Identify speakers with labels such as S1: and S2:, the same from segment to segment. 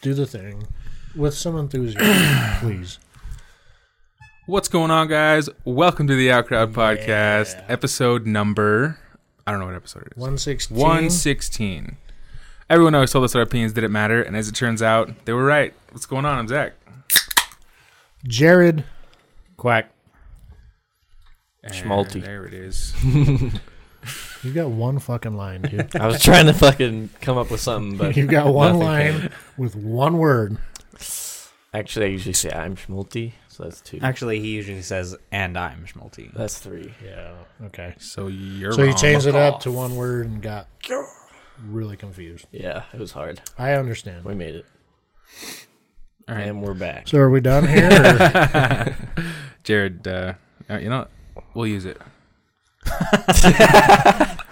S1: do the thing with some enthusiasm, please.
S2: What's going on, guys? Welcome to the Outcrowd Podcast, episode number. I don't know what episode it is.
S1: One sixteen.
S2: 116. Everyone always told us our opinions didn't matter, and as it turns out, they were right. What's going on? I'm Zach.
S1: Jared.
S3: Quack.
S2: And
S3: Schmalti.
S2: There it is.
S1: You got one fucking line, dude.
S3: I was trying to fucking come up with something, but
S1: you got one
S3: nothing
S1: line
S3: came.
S1: with one word.
S3: Actually, I usually say I'm Schmulty, so that's two.
S4: Actually, he usually says, "And I'm Schmalti."
S3: That's three.
S1: Yeah. Okay.
S2: So you're
S1: So you
S2: wrong.
S1: changed it up to one word and got really confused.
S3: Yeah, it was hard.
S1: I understand.
S3: We made it,
S2: All right,
S3: and we're back.
S1: So are we done here? or-
S2: Jared. Uh, uh, you know, what? we'll use it.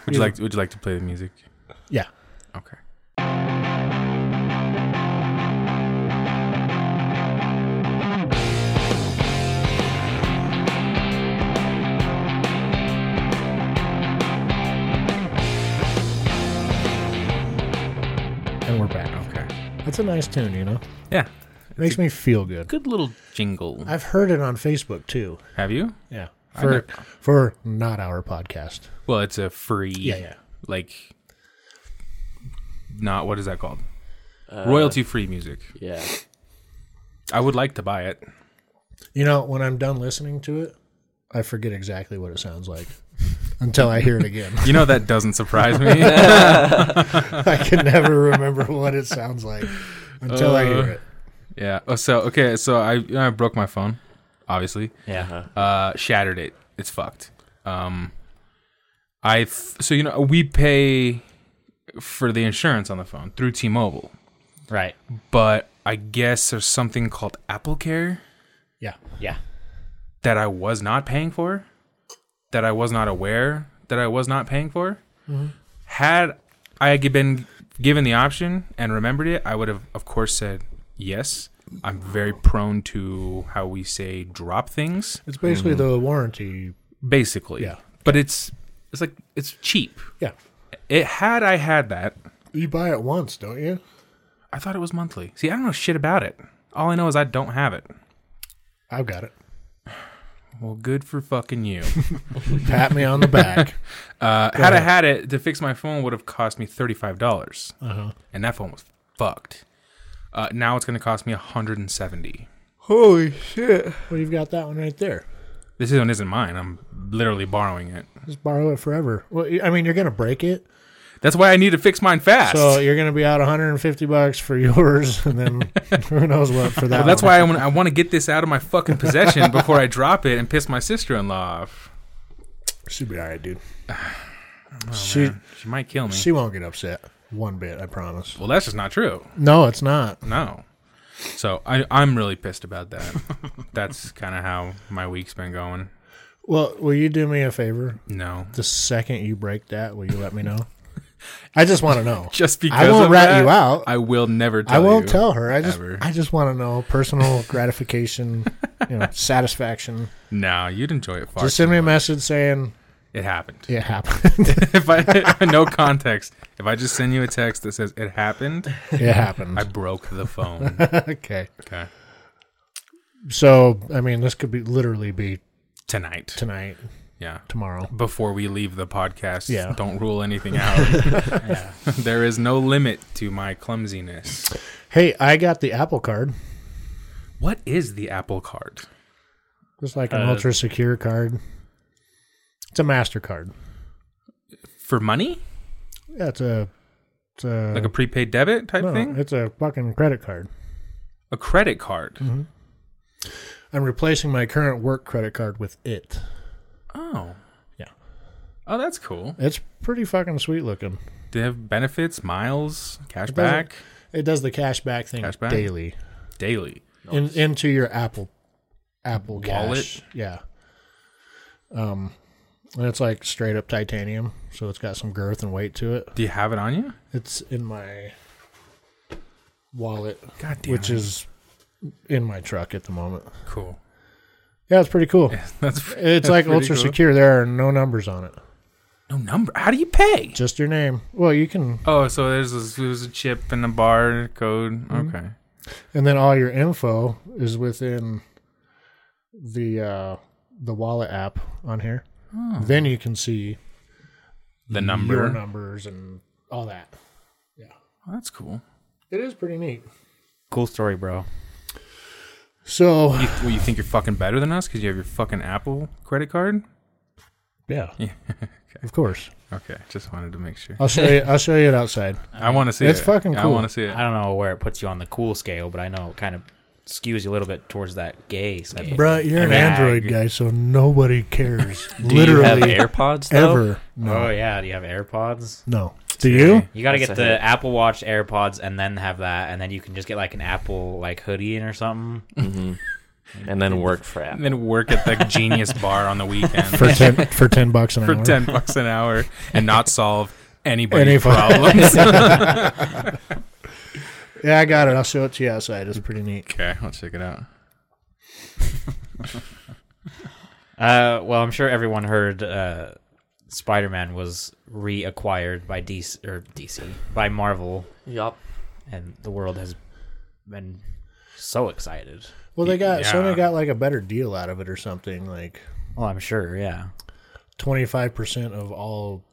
S2: would you like? Would you like to play the music?
S1: yeah.
S2: Okay.
S1: And we're back.
S2: Okay.
S1: That's a nice tune, you know.
S2: Yeah.
S1: Makes me feel good.
S2: Good little jingle.
S1: I've heard it on Facebook too.
S2: Have you?
S1: Yeah.
S2: I
S1: For
S2: know.
S1: for not our podcast.
S2: Well, it's a free.
S1: Yeah, yeah.
S2: Like, not what is that called? Royalty free music.
S3: Yeah,
S2: I would like to buy it.
S1: You know, when I'm done listening to it, I forget exactly what it sounds like until I hear it again.
S2: You know that doesn't surprise me.
S1: I can never remember what it sounds like until I hear it.
S2: yeah. Oh, so okay. So I you know, I broke my phone. Obviously,
S3: Uh-huh.
S4: Yeah.
S2: uh, shattered it. It's fucked. Um, I th- so you know we pay for the insurance on the phone through T-Mobile,
S4: Right.
S2: but I guess there's something called Apple Care
S1: Yeah.
S4: Yeah.
S2: that I was not paying for, that I was not aware that I was not paying for. Had I had been given the option and remembered it, I would have, of course, said yes. I'm very prone to how we say drop things,
S1: It's basically the warranty.
S2: basically.
S1: Yeah.
S2: But it's it's like it's cheap.
S1: Yeah.
S2: It had I had that,
S1: You buy it once, don't you?
S2: I thought it was monthly. See, I don't know shit about it. All I know is I don't have it.
S1: I've got it.
S2: Well, good for fucking you.
S1: Pat me on the back.
S2: Uh, had I had it, to fix my phone would have cost me thirty five dollars.
S1: Uh huh.
S2: and that phone was fucked. Uh, now it's going to cost me 170.
S3: Holy shit!
S1: Well, you've got that one right there.
S2: This one isn't mine. I'm literally borrowing it.
S1: Just borrow it forever. Well, y- I mean, you're gonna break it,
S2: That's why I need to fix mine fast.
S1: so you're gonna be out 150 bucks for yours, and then who knows what for that.
S2: Well, that's
S1: one.
S2: why I want I want to get this out of my fucking possession before I drop it and piss my sister-in-law off.
S1: she'll be all right, dude. she
S2: She might kill me.
S1: she won't get upset one bit. I promise.
S2: well, that's just not true.
S1: No, it's not.
S2: No. So I I'm really pissed about that. that's kind of how my week's been going.
S1: Well, will you do me a favor?
S2: No.
S1: The second you break that, will you let me know? I just want to know.
S2: Just because
S1: I won't
S2: of
S1: rat
S2: that,
S1: you out. I,
S2: I will never tell
S1: won't
S2: you.
S1: tell her. I just
S2: ever.
S1: I just want to know personal gratification, you know, satisfaction.
S2: No, you'd enjoy it far.
S1: Just send me a message saying
S2: it happened.
S1: it happened.
S2: if I no context, if I just send you a text that says it happened,
S1: it happened.
S2: I broke the phone.
S1: okay.
S2: Okay,
S1: So, I mean, this could be literally be
S2: tonight.
S1: tonight,
S2: Yeah,
S1: tomorrow.
S2: before we leave the podcast,
S1: Yeah.
S2: don't rule anything out. there is no limit to my clumsiness.
S1: Hey, I got the Apple card.
S2: What is the Apple Card?
S1: It's like an
S3: Uh,
S1: ultra secure card. It's a Mastercard.
S2: For money,
S1: Yeah, it's a it's a
S2: like a prepaid debit type
S1: no,
S2: thing,
S1: Oh, it's a fucking credit card.
S2: a credit card.
S1: Mm-hmm. I'm replacing my current work credit card with it.
S2: Oh,
S1: Yeah.
S2: Oh, that's cool.
S1: It's pretty fucking sweet looking.
S2: Do they have benefits, miles,
S1: It doesn't-
S2: cashback,
S1: It does the cash back thing
S2: Cash back?
S1: daily
S2: daily?
S1: in, into your Apple Apple
S2: Wallet?
S1: Cash. Yeah. Um, and it's like straight up titanium, so it's got some girth and weight to it.
S2: Do you have it on you?
S1: It's in my wallet,
S2: God damn,
S1: which
S2: it.
S1: is in my truck at the moment.
S2: cool.
S1: Yeah, it's pretty cool.
S2: That's
S1: It's like
S2: pretty
S1: ultra
S2: cool.
S1: secure. There are no numbers on it.
S2: No number. How do you pay?
S1: Just your name. Well, you can,
S2: Oh, so there's a, there's a chip and a bar code. Okay.
S1: and then all your info is within the uh, the wallet app on here. Then you can see
S2: The
S1: your
S2: number.
S1: numbers and all that.
S2: Oh, that's cool.
S1: It is pretty neat.
S4: Cool story, bro.
S1: So
S2: You, well, you think you're fucking better than us because you have your fucking Apple credit card?
S1: yeah, of course.
S2: Okay, just wanted to make sure.
S1: I'll show you. I'll show you it outside.
S2: I want to see
S1: It's
S2: it.
S1: fucking
S2: I
S1: cool.
S2: want to see it.
S4: I don't know where it puts you on the cool scale, but I know it kind of skews you a little bit towards that gay side.
S1: Bruh, you're an
S4: Yeah, I
S1: Android
S4: agree.
S1: guy, so nobody cares.
S3: Do you have
S1: Literally,
S3: AirPods though?
S1: ever. No,
S4: Oh yeah, do you have AirPods?
S1: no. Do you?
S4: You got to
S3: That's
S4: get
S3: a
S4: the
S3: hit.
S4: Apple Watch AirPods and then have that, and then you can just get like an Apple like hoodie in or something.
S3: And then work for Apple.
S2: And then work at the Genius Bar on the weekend
S1: For ten for ten bucks an
S2: for
S1: hour.
S2: ten bucks an hour and not solve anybody's
S1: Any fu-
S2: problems.
S1: Yeah, I got it. I'll show it to you outside. It's pretty neat.
S2: okay, I'll check it out.
S4: Uh, well, I'm sure everyone heard uh, Spider-Man was reacquired by DC or DC by Marvel,
S3: Yup.
S4: and the world has been so excited.
S1: Well, they got
S2: Yeah.
S1: Sony got like a better deal out of it or something. Like
S4: Well, I'm sure, yeah.
S1: twenty five percent of all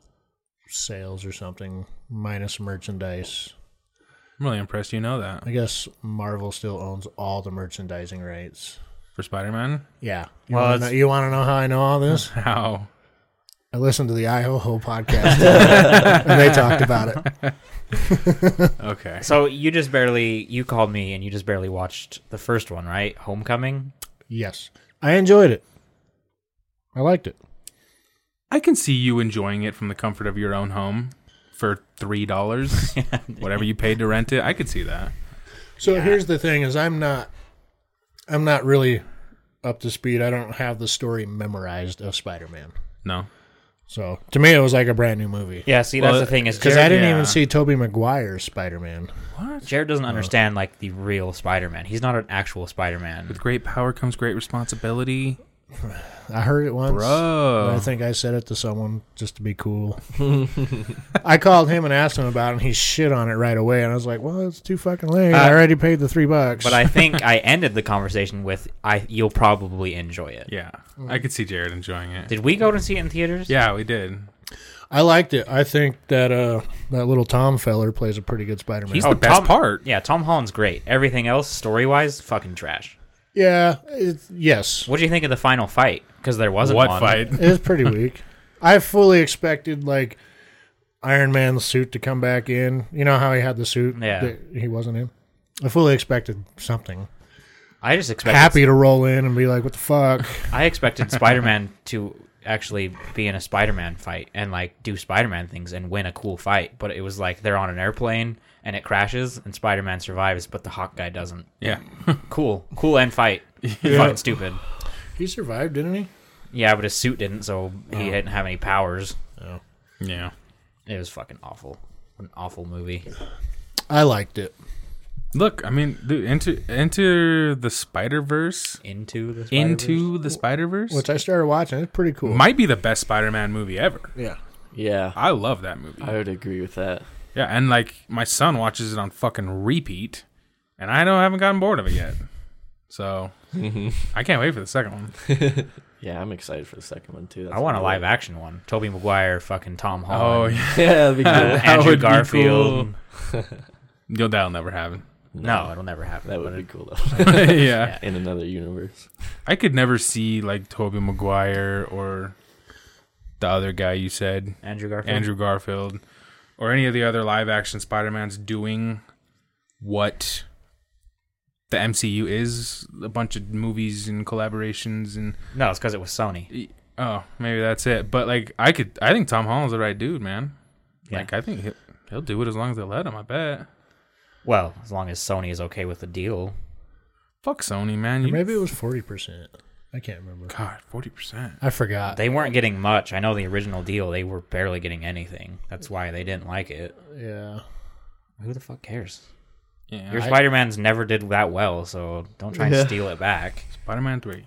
S1: sales or something, minus merchandise.
S2: I'm really impressed you know that
S1: I guess Marvel still owns all the merchandising rights.
S2: for Spider Man.
S1: Yeah. You
S4: Well,
S1: wanna
S4: it's-
S1: know- you want to know how I know all this?
S2: How?
S1: I listened to the IHOHO podcast and they talked about it.
S2: Okay.
S4: So you just barely you called me and you just barely watched the first one, right? Homecoming.
S1: Yes. I enjoyed it. I liked it.
S2: I can see you enjoying it from the comfort of your own home for three dollars, whatever you paid to rent it. I could see that.
S1: So here's the thing is I'm not I'm not really up to speed. I don't have the story memorized of Spider-Man.
S2: No,
S1: So to me it was like a brand new movie.
S4: Yeah. See,
S2: Well,
S4: that's the thing is
S1: Cuz
S4: Jared,
S1: I didn't
S2: yeah.
S1: even see Toby Maguire's Spider-Man.
S4: Jared
S2: Oh.
S4: doesn't understand like the real Spider-Man. He's not an actual Spider-Man.
S2: with great power comes great responsibility,
S1: I heard it once.
S2: bro.
S1: I think I said it to someone just to be cool. I called him and asked him about it, and he shit on it right away. And I was like, "Well, it's too fucking late. I
S4: Uh,
S1: already paid the three bucks."
S4: But I think I ended the conversation with I. You'll probably enjoy it.
S2: yeah, I could see Jared enjoying it.
S4: Did we go to see it in theaters?
S2: Yeah, we did.
S1: I liked it. I think that uh, that little Tom feller plays a pretty good Spider-Man.
S2: He's the best
S4: Oh, Tom-
S2: part.
S4: Yeah, Tom Holland's great. Everything else, story wise, fucking trash.
S1: yeah, it's, yes,
S4: What do you think of the final fight? Because there wasn't
S2: What
S4: one.
S2: fight?
S1: it's pretty weak. I fully expected like Iron Man's suit to come back in. You know how he had the suit
S4: Yeah.
S1: that he wasn't in. I fully expected something
S4: I just expected.
S1: happy to roll in and be like, "What the fuck."
S4: I expected Spider Man to actually be in a Spider Man fight and like do Spider Man things and win a cool fight. But it was like they're on an airplane and it crashes and Spider Man survives, but the Hawk guy doesn't.
S2: Yeah.
S4: Cool, cool end fight. Fucking stupid.
S1: he survived, didn't he?
S4: Yeah, but his suit didn't, so he didn't have any powers.
S2: Yeah.
S4: It was fucking awful. An awful movie.
S1: I liked it.
S2: Look, I mean, dude, enter enter the Spider Verse,
S4: Into the Spider-Verse?
S2: into the Spider Verse,
S1: which I started watching. It's pretty cool.
S2: might be the best Spider-Man movie ever.
S1: yeah.
S3: Yeah.
S2: I love that movie.
S3: I would agree with that.
S2: Yeah, and like my son watches it on fucking repeat, and I don't haven't gotten bored of it yet. So I can't wait for the second one.
S3: Yeah, I'm excited for the second one too. That's
S4: I want a
S3: another-
S4: live action one. Toby Maguire, fucking Tom
S2: Oh
S4: Holland,
S2: yeah,
S3: Yeah, that'd be cool.
S2: that
S4: Andrew
S2: would be
S4: Garfield.
S2: no, that'll never happen.
S4: No, it'll never happen.
S3: that
S4: That
S3: would be cool though.
S2: yeah.
S3: In another universe.
S2: I could never see like Toby Maguire or the other guy you said,
S4: Andrew Garfield.
S2: Andrew Garfield, or any of the other live action Spider Mans doing what the MCU is a bunch of movies and collaborations and
S4: No, it's because it was Sony.
S2: Oh, maybe that's it. But like, I could. I think Tom Holland's the right dude, man.
S4: Yeah.
S2: Like, I think he'll, he'll do it as long as they let him. I bet.
S4: Well, as long as Sony is okay with the deal.
S2: Fuck Sony, man. You,
S1: Maybe it was forty percent. I can't remember.
S2: God, forty percent.
S1: I forgot.
S4: They weren't getting much. I know the original deal, they were barely getting anything. That's why they didn't like it.
S1: yeah.
S4: Who the fuck cares?
S2: Yeah.
S4: Your Spider Man's never did that well, so don't try and steal it back.
S2: Spider Man three.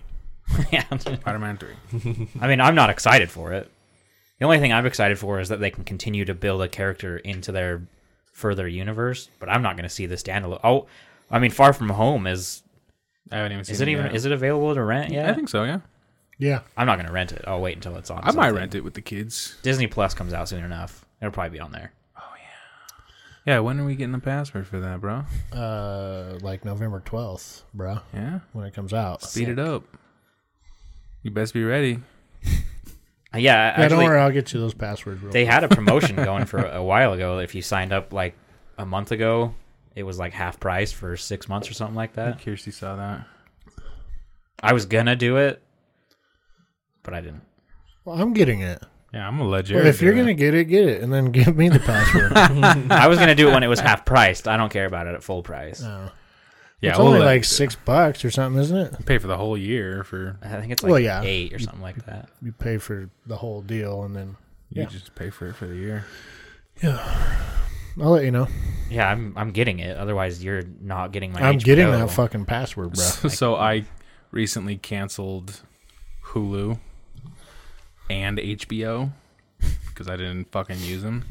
S4: yeah.
S2: Spider Man three.
S4: I mean, I'm not excited for it. The only thing I'm excited for is that they can continue to build a character into their further universe. But I'm not going to see the standalone. Oh, I mean, Far From Home is
S2: I haven't even seen
S4: is it even
S2: yet.
S4: is it available to rent yet?
S2: I think so. Yeah,
S1: Yeah.
S4: I'm not going to rent it. I'll wait until it's on.
S2: I might
S4: something.
S2: rent it with the kids.
S4: Disney Plus comes out soon enough. It'll probably be on there.
S2: Yeah, when are we getting the password for that, bro?
S1: Uh, like November 12th, bruh,
S2: Yeah,
S1: when it comes out.
S2: speed it up. You best be ready.
S4: Uh, Yeah,
S1: Yeah,
S4: actually,
S1: don't worry. I'll get you those passwords. Real
S4: they had a promotion going for a while ago. If you signed up like a month ago, it was like half price for six months or something like that.
S2: Kirsty saw that.
S4: I was gonna do it, but I didn't.
S1: Well, I'm getting it.
S2: Yeah, I'm gonna let Jared.
S1: Well, if
S2: do
S1: you're
S2: it.
S1: going to get it, get it. And then give me the password.
S4: I was gonna do it when it was half priced. I don't care about it at full price.
S1: No.
S2: yeah,
S1: it's
S2: we'll
S1: only
S2: let
S1: like
S2: you
S1: six bucks or something, isn't it?
S2: pay for the whole year for
S4: I think it's like
S1: Well, yeah.
S4: eight or something like that.
S1: You pay for the whole deal and then
S2: you
S1: Yeah.
S2: just pay for it for the year.
S1: I'll let you know.
S4: Yeah, I'm I'm getting it. Otherwise, you're not getting my.
S1: I'm getting
S4: HBO.
S1: that fucking password, bro.
S2: So, so I recently canceled Hulu and HBO because I didn't fucking use them.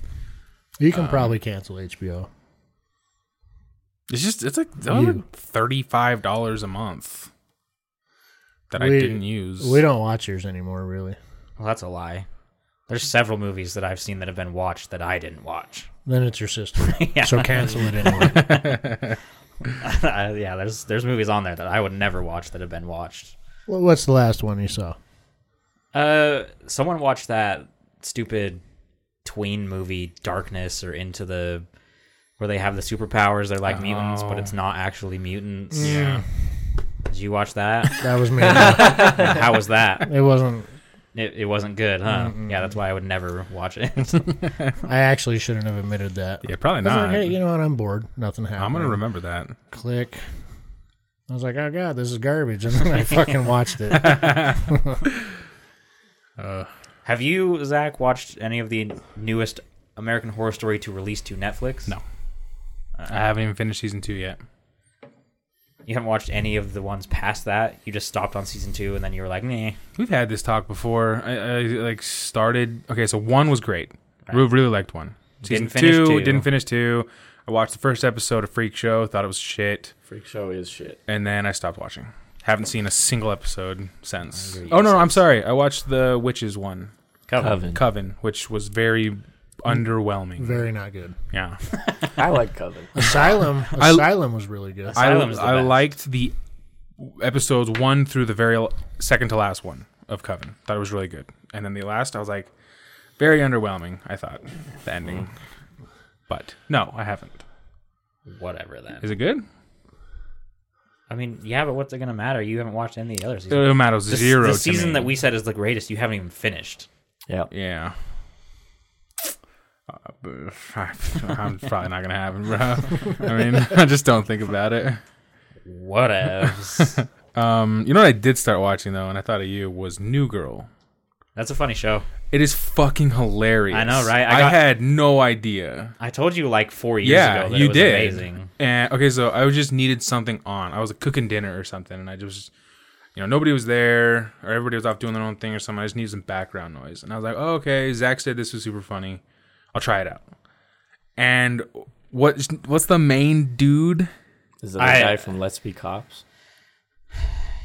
S1: You can probably cancel HBO.
S2: It's just it's like
S1: You.
S2: thirty five dollars a month that I
S1: We-
S2: didn't use.
S1: We don't watch yours anymore, really.
S4: Well, that's a lie. There's several movies that I've seen that have been watched that I didn't watch.
S1: Then it's your sister.
S4: Yeah.
S1: So cancel it anyway.
S4: Uh, yeah, there's there's movies on there that I would never watch that have been watched.
S1: well, what's the last one you saw?
S4: Uh, someone watched that stupid tween movie, Darkness, or Into the, where they have the superpowers. They're like mutants, but it's not actually mutants.
S2: Oh. yeah,
S4: Did you watch that?
S1: That was me. No,
S4: How was that?
S1: it wasn't.
S4: It, it wasn't good, huh? Yeah, that's why I would never watch it.
S1: I actually shouldn't have admitted that.
S2: yeah, probably
S1: I was
S2: not.
S1: like, hey, you know what? I'm bored. Nothing happened.
S2: I'm gonna remember that.
S1: click. I was like, oh god, this is garbage, and then I fucking watched it.
S4: have you, Zach, watched any of the newest American Horror Story to release to Netflix?
S2: No. I haven't even finished season two yet.
S4: You haven't watched any of the ones past that. You just stopped on season two, and then you were like, "Nah."
S2: We've had this talk before. I, I like started. Okay, so one was great. Re- really liked one. Season
S4: Didn't finish
S2: two,
S4: two.
S2: didn't finish two. I watched the first episode of Freak Show, thought it was shit,
S3: Freak show is shit.
S2: and then I stopped watching. Haven't seen a single episode since.
S4: agree,
S2: Oh no, no, I'm
S4: since.
S2: sorry. I watched the witches one,
S4: Coven.
S3: Coven.
S2: Coven, which was very underwhelming.
S4: Mm.
S1: Very not good.
S2: yeah,
S3: I like Coven.
S1: Asylum. Asylum was really good.
S2: I,
S4: Asylum's the
S2: I
S4: best.
S2: liked the episodes one through the very l- second to last one of Coven. Thought it was really good, and then the last I was like, very underwhelming. I thought the ending,
S4: Mm.
S2: but no, I haven't.
S4: Whatever then.
S2: Is it good?
S4: I mean, yeah, but what's it gonna matter? You haven't watched any of the other seasons.
S2: It matters
S4: The-
S2: zero.
S4: The
S2: to
S4: season
S2: me.
S4: that we said is the greatest. You haven't even finished.
S3: Yeah.
S2: yeah. Uh, but I'm probably not gonna happen, bro. I mean, I just don't think about it.
S4: Whatevs.
S2: Um, you know what I did start watching though, and I thought of you was New Girl.
S4: That's a funny show.
S2: It is fucking hilarious.
S4: I know, right?
S2: I,
S4: I got-
S2: had no idea.
S4: I told you like four years
S2: yeah,
S4: ago that
S2: you
S4: it was
S2: did.
S4: amazing.
S2: And okay, so I was just needed something on. I was like, cooking dinner or something, and I just, you know, nobody was there or everybody was off doing their own thing or something. I just needed some background noise, and I was like, oh, okay. Zach said this was super funny. I'll try it out. And what what's the main dude?
S3: Is that the
S4: I-
S3: guy from Let's Be Cops?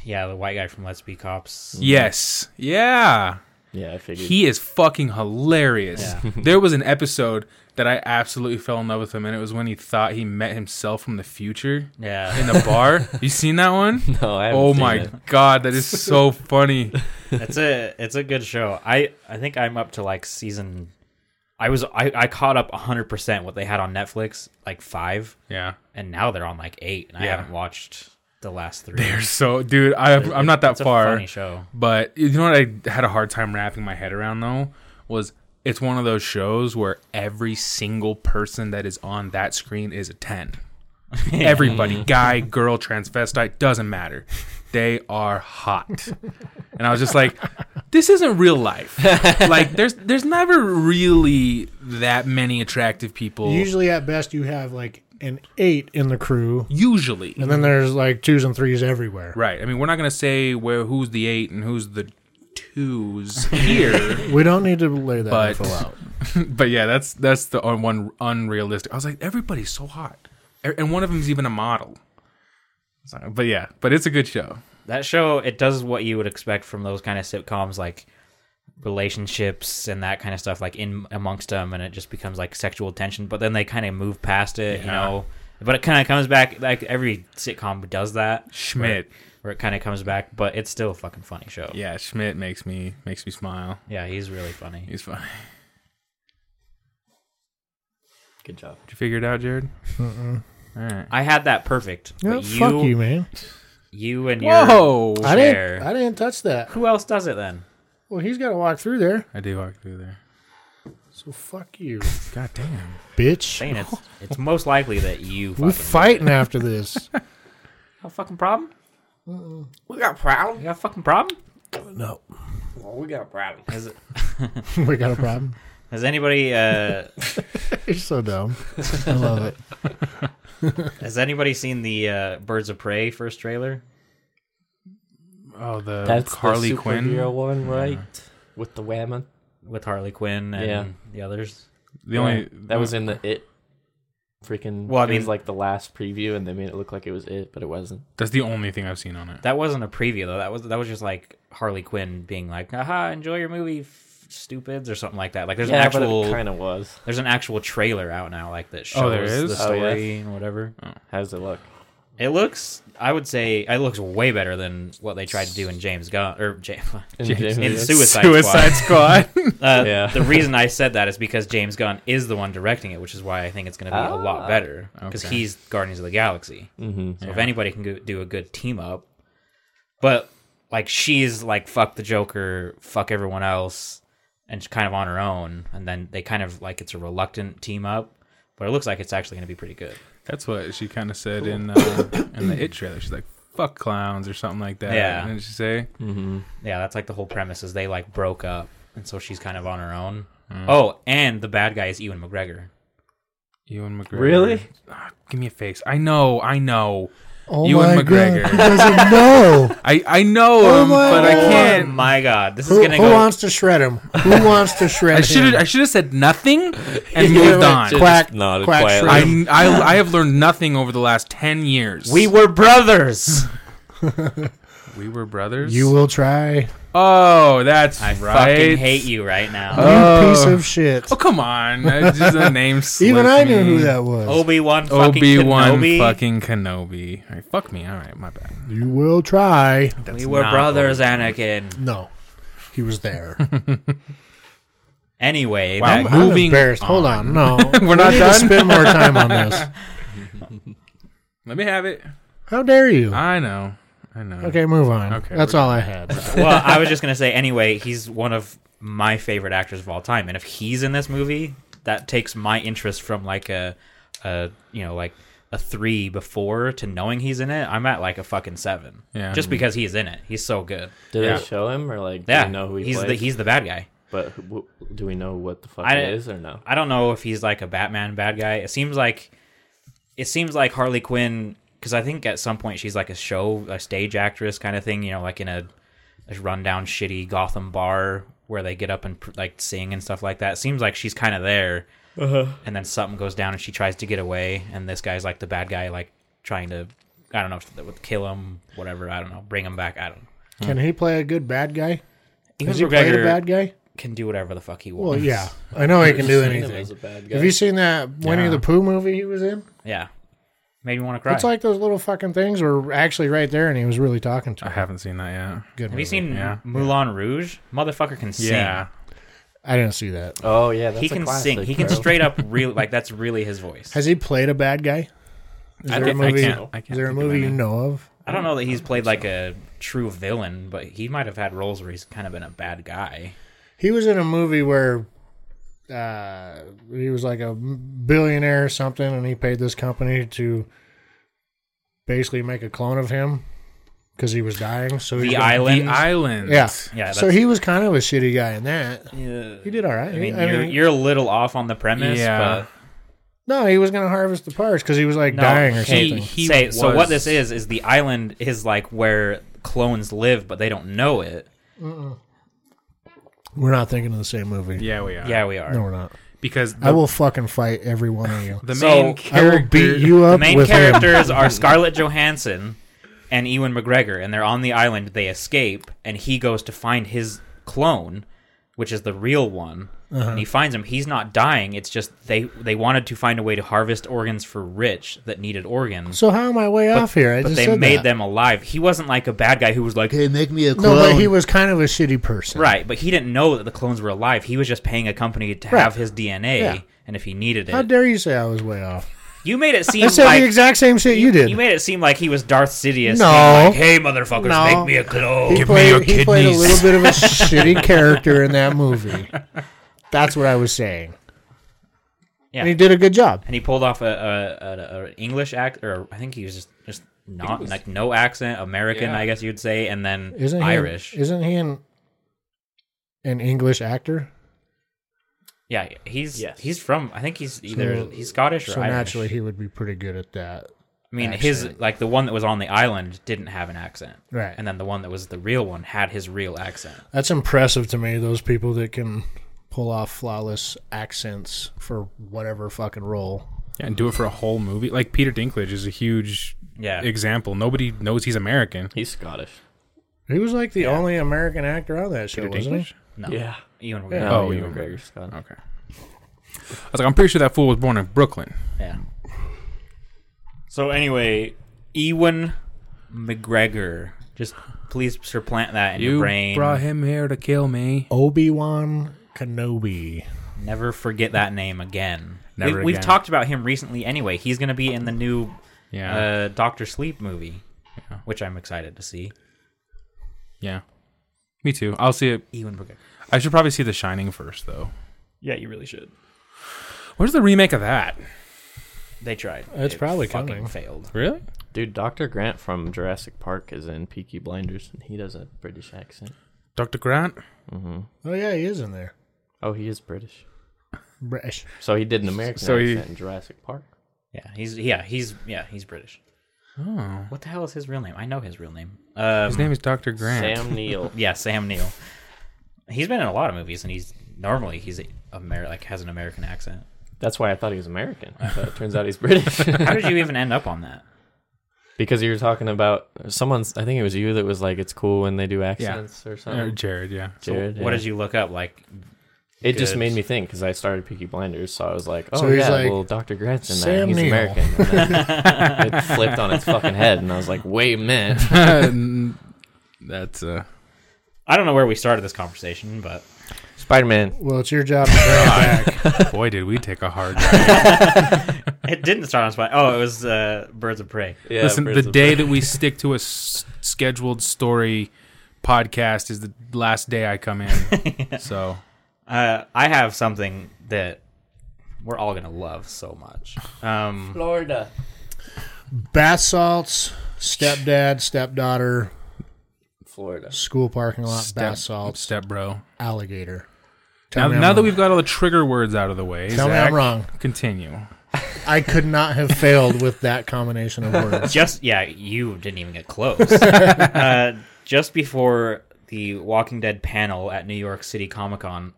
S4: Yeah, the white guy from Let's Be Cops.
S2: Yes, yeah.
S3: Yeah, I figured.
S2: He is fucking hilarious.
S4: Yeah.
S2: there was an episode that I absolutely fell in love with him, and it was when he thought he met himself from the future in
S4: Yeah,
S2: the bar. you seen that one?
S3: no, I haven't
S2: Oh
S3: seen
S2: my
S3: it.
S2: god, that is so funny.
S4: it's a it's a good show. I I think I'm up to like season. I was I, I caught up 100 percent what they had on Netflix like five,
S2: Yeah.
S4: and now they're on like eight, and I
S2: Yeah.
S4: haven't watched the last 3
S2: They're so dude, I I'm not that
S4: it's a
S2: far.
S4: funny show.
S2: But you know what I had a hard time wrapping my head around though was it's one of those shows where every single person that is on that screen is a 10. Everybody, guy, girl, transvestite, doesn't matter. They are hot. And I was just like, this isn't real life. Like there's there's never really that many attractive people
S1: Usually, at best, you have like an eight in the crew,
S2: usually.
S1: and then there's like twos and threes everywhere.
S2: Right. I mean, we're not going to say where who's the eight and who's the two twos here.
S1: We don't need to lay that
S2: But-
S1: info out.
S2: but yeah, that's that's the un- one unrealistic. I was like, everybody's so hot, E- and one of them's even a model. So, but yeah, but it's a good show.
S4: That show it does what you would expect from those kind of sitcoms, like relationships and that kind of stuff, like in amongst them, and it just becomes like sexual tension. But then they kind of move past it, you
S2: Yeah.
S4: know. But it kind of comes back, like every sitcom does that.
S2: Schmidt,
S4: where it kind of comes back, but it's still a fucking funny show. Yeah,
S2: yeah, Schmidt makes me makes me smile.
S4: he's really funny.
S2: He's funny.
S3: Good job.
S2: Did you figure it out, Jared?
S1: Mm-mm.
S2: All right.
S4: I had that perfect.
S1: Yeah,
S4: but you,
S1: Oh, fuck you, man.
S4: you and your
S2: Whoa!
S1: I
S4: Share.
S1: didn't. I didn't touch that.
S4: who else does it then?
S1: Well, he's got to walk through there.
S2: I do walk through there.
S1: So fuck you,
S2: God damn.
S1: bitch.
S4: Saying it's it's most likely that you fucking
S1: We're fighting after this.
S4: got a fucking problem.
S3: We got proud.
S4: You got a fucking problem?
S1: no,
S3: Well, we got proud.
S4: Has,
S1: we got a problem.
S4: has anybody uh,
S1: You're so dumb. I love it.
S4: has anybody seen the uh, Birds of Prey first trailer?
S2: Oh, the
S3: That's
S2: Harley
S3: the
S2: Quinn.
S3: superhero one, right? With the whammon.
S4: With Harley Quinn and
S3: Yeah.
S4: the others.
S2: The only
S3: that was in the it. Freaking.
S4: Well, I
S3: it was
S4: mean-
S3: like the last preview, and they made it look like it was it, but it wasn't.
S2: that's the only thing I've seen on it.
S4: That wasn't a preview though. That was that was just like Harley Quinn being like, "Aha, enjoy your movie, f- stupids," or something like that. Like there's an
S3: yeah,
S4: actual
S3: but it kind of was.
S4: There's an actual trailer out now, like that shows
S2: Oh, there is?
S4: the
S3: Oh,
S4: story
S3: yeah.
S4: and whatever.
S3: How's it look?
S4: It looks, I would say, it looks way better than what they tried to do in James Gunn or James.
S3: In
S4: James,
S3: James-
S4: in Suicide,
S2: Suicide
S4: Squad.
S2: Squad.
S4: Uh,
S3: Yeah.
S4: The reason I said that is because James Gunn is the one directing it, which is why I think it's going to be a lot
S3: Ah.
S4: better because
S2: Okay.
S4: he's Guardians of the Galaxy.
S3: Mm-hmm.
S4: So if anybody can go, do a good team up, but like she's like fuck the Joker, fuck everyone else, and she's kind of on her own, and then they kind of like it's a reluctant team up, but it looks like it's actually going to be pretty good.
S2: That's what she kind of said in uh, in the It trailer. She's like, "Fuck clowns" or something like that.
S4: Yeah.
S2: Didn't she say?
S3: Mm-hmm.
S4: Yeah, that's like the whole premise is they like broke up, and so she's kind of on her own.
S3: Mm.
S4: Oh, and the bad guy is Ewan McGregor.
S2: Ewan McGregor.
S3: Really?
S2: Ah, give me a face. I know. I know.
S1: Oh
S2: Ewan
S1: my
S2: McGregor.
S1: god, he doesn't know.
S2: I I know
S1: Oh
S2: him,
S1: my
S2: but I
S1: lord.
S4: Oh
S2: can't.
S4: my god, this is
S1: Who,
S4: gonna
S1: who
S4: go.
S1: wants to shred him? Who wants to shred
S2: I
S1: him?
S2: should have I should have said nothing and
S1: Yeah,
S2: moved
S1: right.
S2: on.
S1: Just- Quack,
S3: nodded
S1: quack, quietly.
S2: I, I I have learned nothing over the last ten years.
S4: we were brothers.
S2: we were brothers.
S1: You will try.
S2: Oh, that's
S4: I
S2: right.
S4: fucking hate you right now.
S1: You
S2: Oh.
S1: piece of shit.
S2: Oh come on! I just the name.
S1: Even
S2: slipped
S1: I knew
S2: me. Oh.
S1: who that was.
S4: Obi Wan fucking
S2: Obi Wan
S4: Kenobi.
S2: fucking Kenobi. All right, fuck me. All right, my bad.
S1: You will try.
S4: we were
S2: not
S4: brothers, Anakin.
S1: No, he was there.
S4: Anyway,
S2: Wow.
S4: that-
S1: I'm
S2: Moving
S1: embarrassed. Hold on. No,
S2: We're not
S1: need
S2: done?
S1: To spend more time on this.
S2: Let me have it.
S1: How dare you?
S2: I know. I know.
S1: Okay, move on.
S2: Okay,
S1: That's
S2: we're
S1: all I had.
S4: well, I was just gonna say. Anyway, he's one of my favorite actors of all time, and if he's in this movie, that takes my interest from like a, a you know like a three before to knowing he's in it. I'm at like a fucking seven.
S2: Yeah.
S4: Just because he's in it, he's so good.
S3: Did
S2: Yeah.
S3: they show him or like?
S4: Yeah.
S3: Do we know who he
S4: he's
S3: plays?
S4: the he's the bad guy.
S3: But who- who- do we know what the fuck
S4: I-
S3: it is or no?
S4: I don't know if he's like a Batman bad guy. It seems like it seems like Harley Quinn because I think at some point she's like a show, a stage actress kind of thing. You know, like in a, a rundown, shitty Gotham bar where they get up and pr- like sing and stuff like that. It seems like she's kind of there, and then something goes down and she tries to get away, and this guy's like the bad guy, like trying to. I don't know, if that would kill him, whatever. I don't know, bring him back. I don't know.
S1: Can he play a good bad guy?
S4: Ewan
S1: Has he played a
S4: McGregor
S1: bad guy?
S4: can do whatever the fuck he wants.
S1: Well, yeah. I know he can do
S3: Seen him
S1: anything.
S3: as a bad guy.
S1: Have you seen that Winnie
S2: Yeah.
S1: the Pooh movie he was in?
S4: yeah, made me want to cry.
S1: It's like those little fucking things were actually right there, and he was really talking to.
S2: I
S1: him.
S2: haven't Uh, seen that yet.
S1: Good
S4: Have you
S1: movie.
S4: seen
S2: yeah.
S4: Moulin Rouge? Motherfucker can sing.
S2: Yeah.
S1: I didn't see that.
S3: Oh yeah, that's
S4: he
S3: a
S4: can
S3: classic,
S4: sing. He can
S3: bro.
S4: straight up really like that's really his voice.
S1: Has he played a bad guy? Is
S2: I
S1: there a
S2: can't- I
S1: movie?
S2: can't- I can't
S1: is there a
S2: think of
S1: movie you
S2: any.
S1: know of?
S4: I don't know that he's played like a true villain, but he might have had roles where he's kind of been a bad guy.
S1: He was in a movie where uh, he was like a billionaire or something, and he paid this company to basically make a clone of him because he was dying. So he's
S4: The
S1: gonna-
S4: Island.
S2: The Island.
S1: yeah,
S4: Yeah,
S1: So
S4: that's-
S1: he was kind of a shitty guy in that. He did all right.
S4: I mean, you're, you're a little off on the premise,
S2: Yeah.
S1: no, he was going to harvest the parts because he was like
S4: but no,
S1: dying or
S4: he-
S1: something.
S2: he
S4: say- so what
S2: was-
S4: this is is the island is like where clones live, but they don't know it.
S1: We're not thinking of the same movie.
S2: Yeah, we are.
S4: Yeah, we are.
S1: No, we're not.
S2: because the,
S1: I will fucking fight every one of you.
S2: the
S4: So, I
S2: main
S4: will
S1: I
S2: character.
S1: will beat you up
S4: the main
S1: with him.
S4: characters are Scarlett Johansson and Ewan McGregor, and they're on the island. They escape, and he goes to find his clone, which is the real one. And
S1: Uh-huh.
S4: he finds him. He's not dying. It's just they they wanted to find a way to harvest organs for Rich that needed organs.
S1: So how am I way off here? I
S4: but
S1: just
S4: they
S1: said
S4: made
S1: that.
S4: them alive. He wasn't like a bad guy who was like,
S5: Okay, make me a
S1: No,
S5: clone.
S1: but he was kind of a shitty person.
S4: right. But he didn't know that the clones were alive. He was just paying a company to
S1: Right.
S4: have his DNA,
S1: Yeah.
S4: and if he needed
S1: How
S4: it,
S1: dare you say I was way off?
S4: you made it seem
S1: I said
S4: like
S1: the exact same shit you, did.
S4: You made it seem like he was Darth Sidious.
S1: No.
S4: being like, hey, motherfuckers,
S1: No.
S4: make me a clone.
S1: he
S2: Give me
S1: played,
S2: your
S1: he played a
S2: kidneys.
S1: little bit of a shitty character in that movie. That's what I was saying.
S4: Yeah.
S1: And he did a good job.
S4: And he pulled off a, a, a, a English act, or I think he was just just not like no accent, American,
S2: Yeah.
S4: I guess you'd say, and then
S1: Isn't he?
S4: Irish.
S1: Isn't he an an English actor?
S4: yeah, he's
S3: Yes.
S4: he's from. I think he's either he's Scottish or
S1: So
S4: Irish.
S1: naturally, he would be pretty good at that.
S4: I mean, his
S1: accent.
S4: like the one that was on the island didn't have an accent,
S1: Right.
S4: And then the one that was the real one had his real accent.
S1: That's impressive to me. Those people that can pull off flawless accents for whatever fucking role.
S2: Yeah, and do it for a whole movie. Like Peter Dinklage is a huge
S4: Yeah.
S2: example. Nobody knows he's American.
S3: He's Scottish.
S1: He was like the only American actor on that show,
S2: Peter
S1: wasn't
S2: Dinklage.
S1: he?
S4: No,
S3: Yeah.
S4: Ewan McGregor.
S3: No,
S2: Oh,
S3: Ewan
S2: Ewan
S3: McGregor's Scottish.
S2: Okay. I was like, I'm pretty sure that fool was born in Brooklyn.
S4: Yeah. So anyway, Ewan McGregor. Just please supplant that in your brain.
S2: brought him here to kill me.
S1: Obi Wan Kenobi.
S4: Never forget that name again.
S2: Never
S4: we, have
S2: again.
S4: talked about him recently anyway. He's going to be in the new
S2: Yeah,
S4: uh, Doctor Sleep movie, which I'm excited to see.
S2: yeah. Me too. I'll see it.
S4: Ewan McGregor.
S2: I should probably see The Shining first, though.
S3: Yeah, you really should.
S2: Where's the remake of that?
S4: They tried.
S1: It's probably
S4: fucking
S1: coming.
S4: failed.
S2: Really?
S3: Dude, Dr. Grant from Jurassic Park is in Peaky Blinders, and he does a British accent.
S2: Dr. Grant?
S1: Oh yeah, he is in there.
S3: Oh, he is British.
S1: British.
S3: So he did an American
S2: So he-
S3: accent in Jurassic Park.
S4: Yeah, he's yeah he's yeah he's British.
S2: Oh.
S4: What the hell is his real name? I know his real name. Um,
S2: His name is Dr. Grant.
S3: Sam Neill.
S4: yeah, Sam Neill. He's been in a lot of movies, and he's normally he's Amer- like has an American accent.
S3: That's why I thought he was American. But it turns out he's British.
S4: How did you even end up on that?
S3: because you were talking about someone's, I think it was you that was like, it's cool when they do accents or
S4: Uh-huh.
S2: Or
S3: something.
S2: Jared, yeah.
S3: Jared,
S4: What
S3: yeah.
S4: did you look up? Like,
S3: It just
S4: Good.
S3: made me think because I started Peaky Blinders, so I was like, "Oh
S1: So he's
S3: yeah,
S1: like,
S3: well, Dr. Grant's in
S1: Sam
S3: that. He's
S1: Neill."
S3: American." And then it flipped on its fucking head, and I was like, "Wait a minute."
S2: That's, uh,
S4: I don't know where we started this conversation, but
S3: Spider-Man.
S1: Well, it's your job to bring it back.
S2: boy, did we take a hard drive.
S4: it didn't start on spot. Oh, it was uh, Birds of Prey.
S3: Yeah,
S2: Listen, the day that we stick to a s- scheduled story podcast is the last day I come in. so,
S4: Uh, I have something that we're all gonna love so much. Um,
S3: Florida.
S1: Bath salts, stepdad, stepdaughter,
S3: Florida.
S1: school parking lot,
S2: step,
S1: bath salts,
S2: step bro.
S1: alligator.
S2: Now,
S1: Tell me I'm
S2: now that
S1: wrong.
S2: we've got all the trigger words out of the way,
S1: Tell me
S2: Zach,
S1: I'm wrong.
S2: Continue.
S1: I could not have failed with that combination of words.
S4: just yeah, you didn't even get close. uh, just before the Walking Dead panel at New York City Comic Con,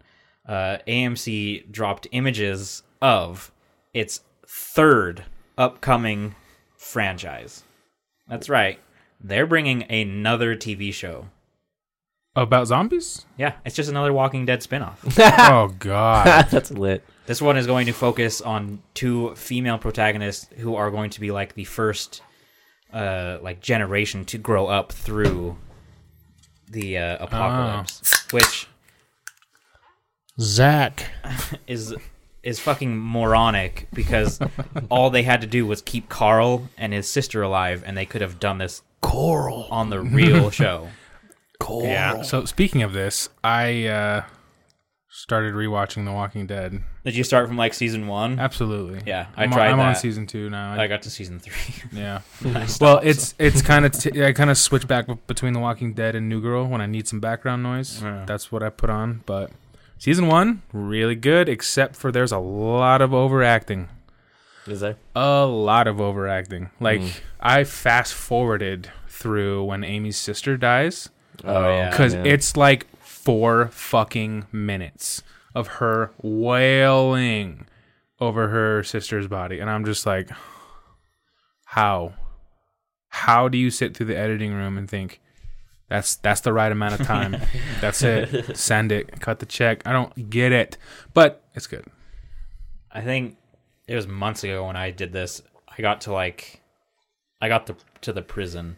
S4: uh, AMC dropped images of its third upcoming franchise. That's right, they're bringing another TV show.
S2: About zombies?
S4: Yeah, it's just another Walking Dead spinoff.
S2: oh God!
S3: That's lit.
S4: This one is going to focus on two female protagonists who are going to be like the first uh like generation to grow up through the uh, apocalypse, which
S1: Zach,
S4: is is fucking moronic because all they had to do was keep Carl and his sister alive and they could have done this Coral on the real show.
S2: Yeah. So speaking of this, I uh, started rewatching The Walking Dead.
S4: Did you start from like season 1?
S2: Absolutely.
S4: Yeah, I
S2: I'm,
S4: tried
S2: I'm on
S4: that.
S2: season two now. I-
S4: I got to season 3.
S2: yeah. well, it's it's kind of t- I kind of switch back between The Walking Dead and New Girl when I need some background noise. That's what I put on. But season one really good, except for there's a lot of overacting.
S3: Is there?
S2: A lot of overacting. Like I fast forwarded through when Amy's sister dies.
S3: Oh
S4: yeah.
S2: because
S3: Yeah.
S2: it's like four fucking minutes of her wailing over her sister's body. And I'm just like, how? How do you sit through the editing room and think, that's that's the right amount of time. that's it. Send it. Cut the check. I don't get it. But it's good.
S4: I think it was months ago when I did this. I got to like, I got to to the prison,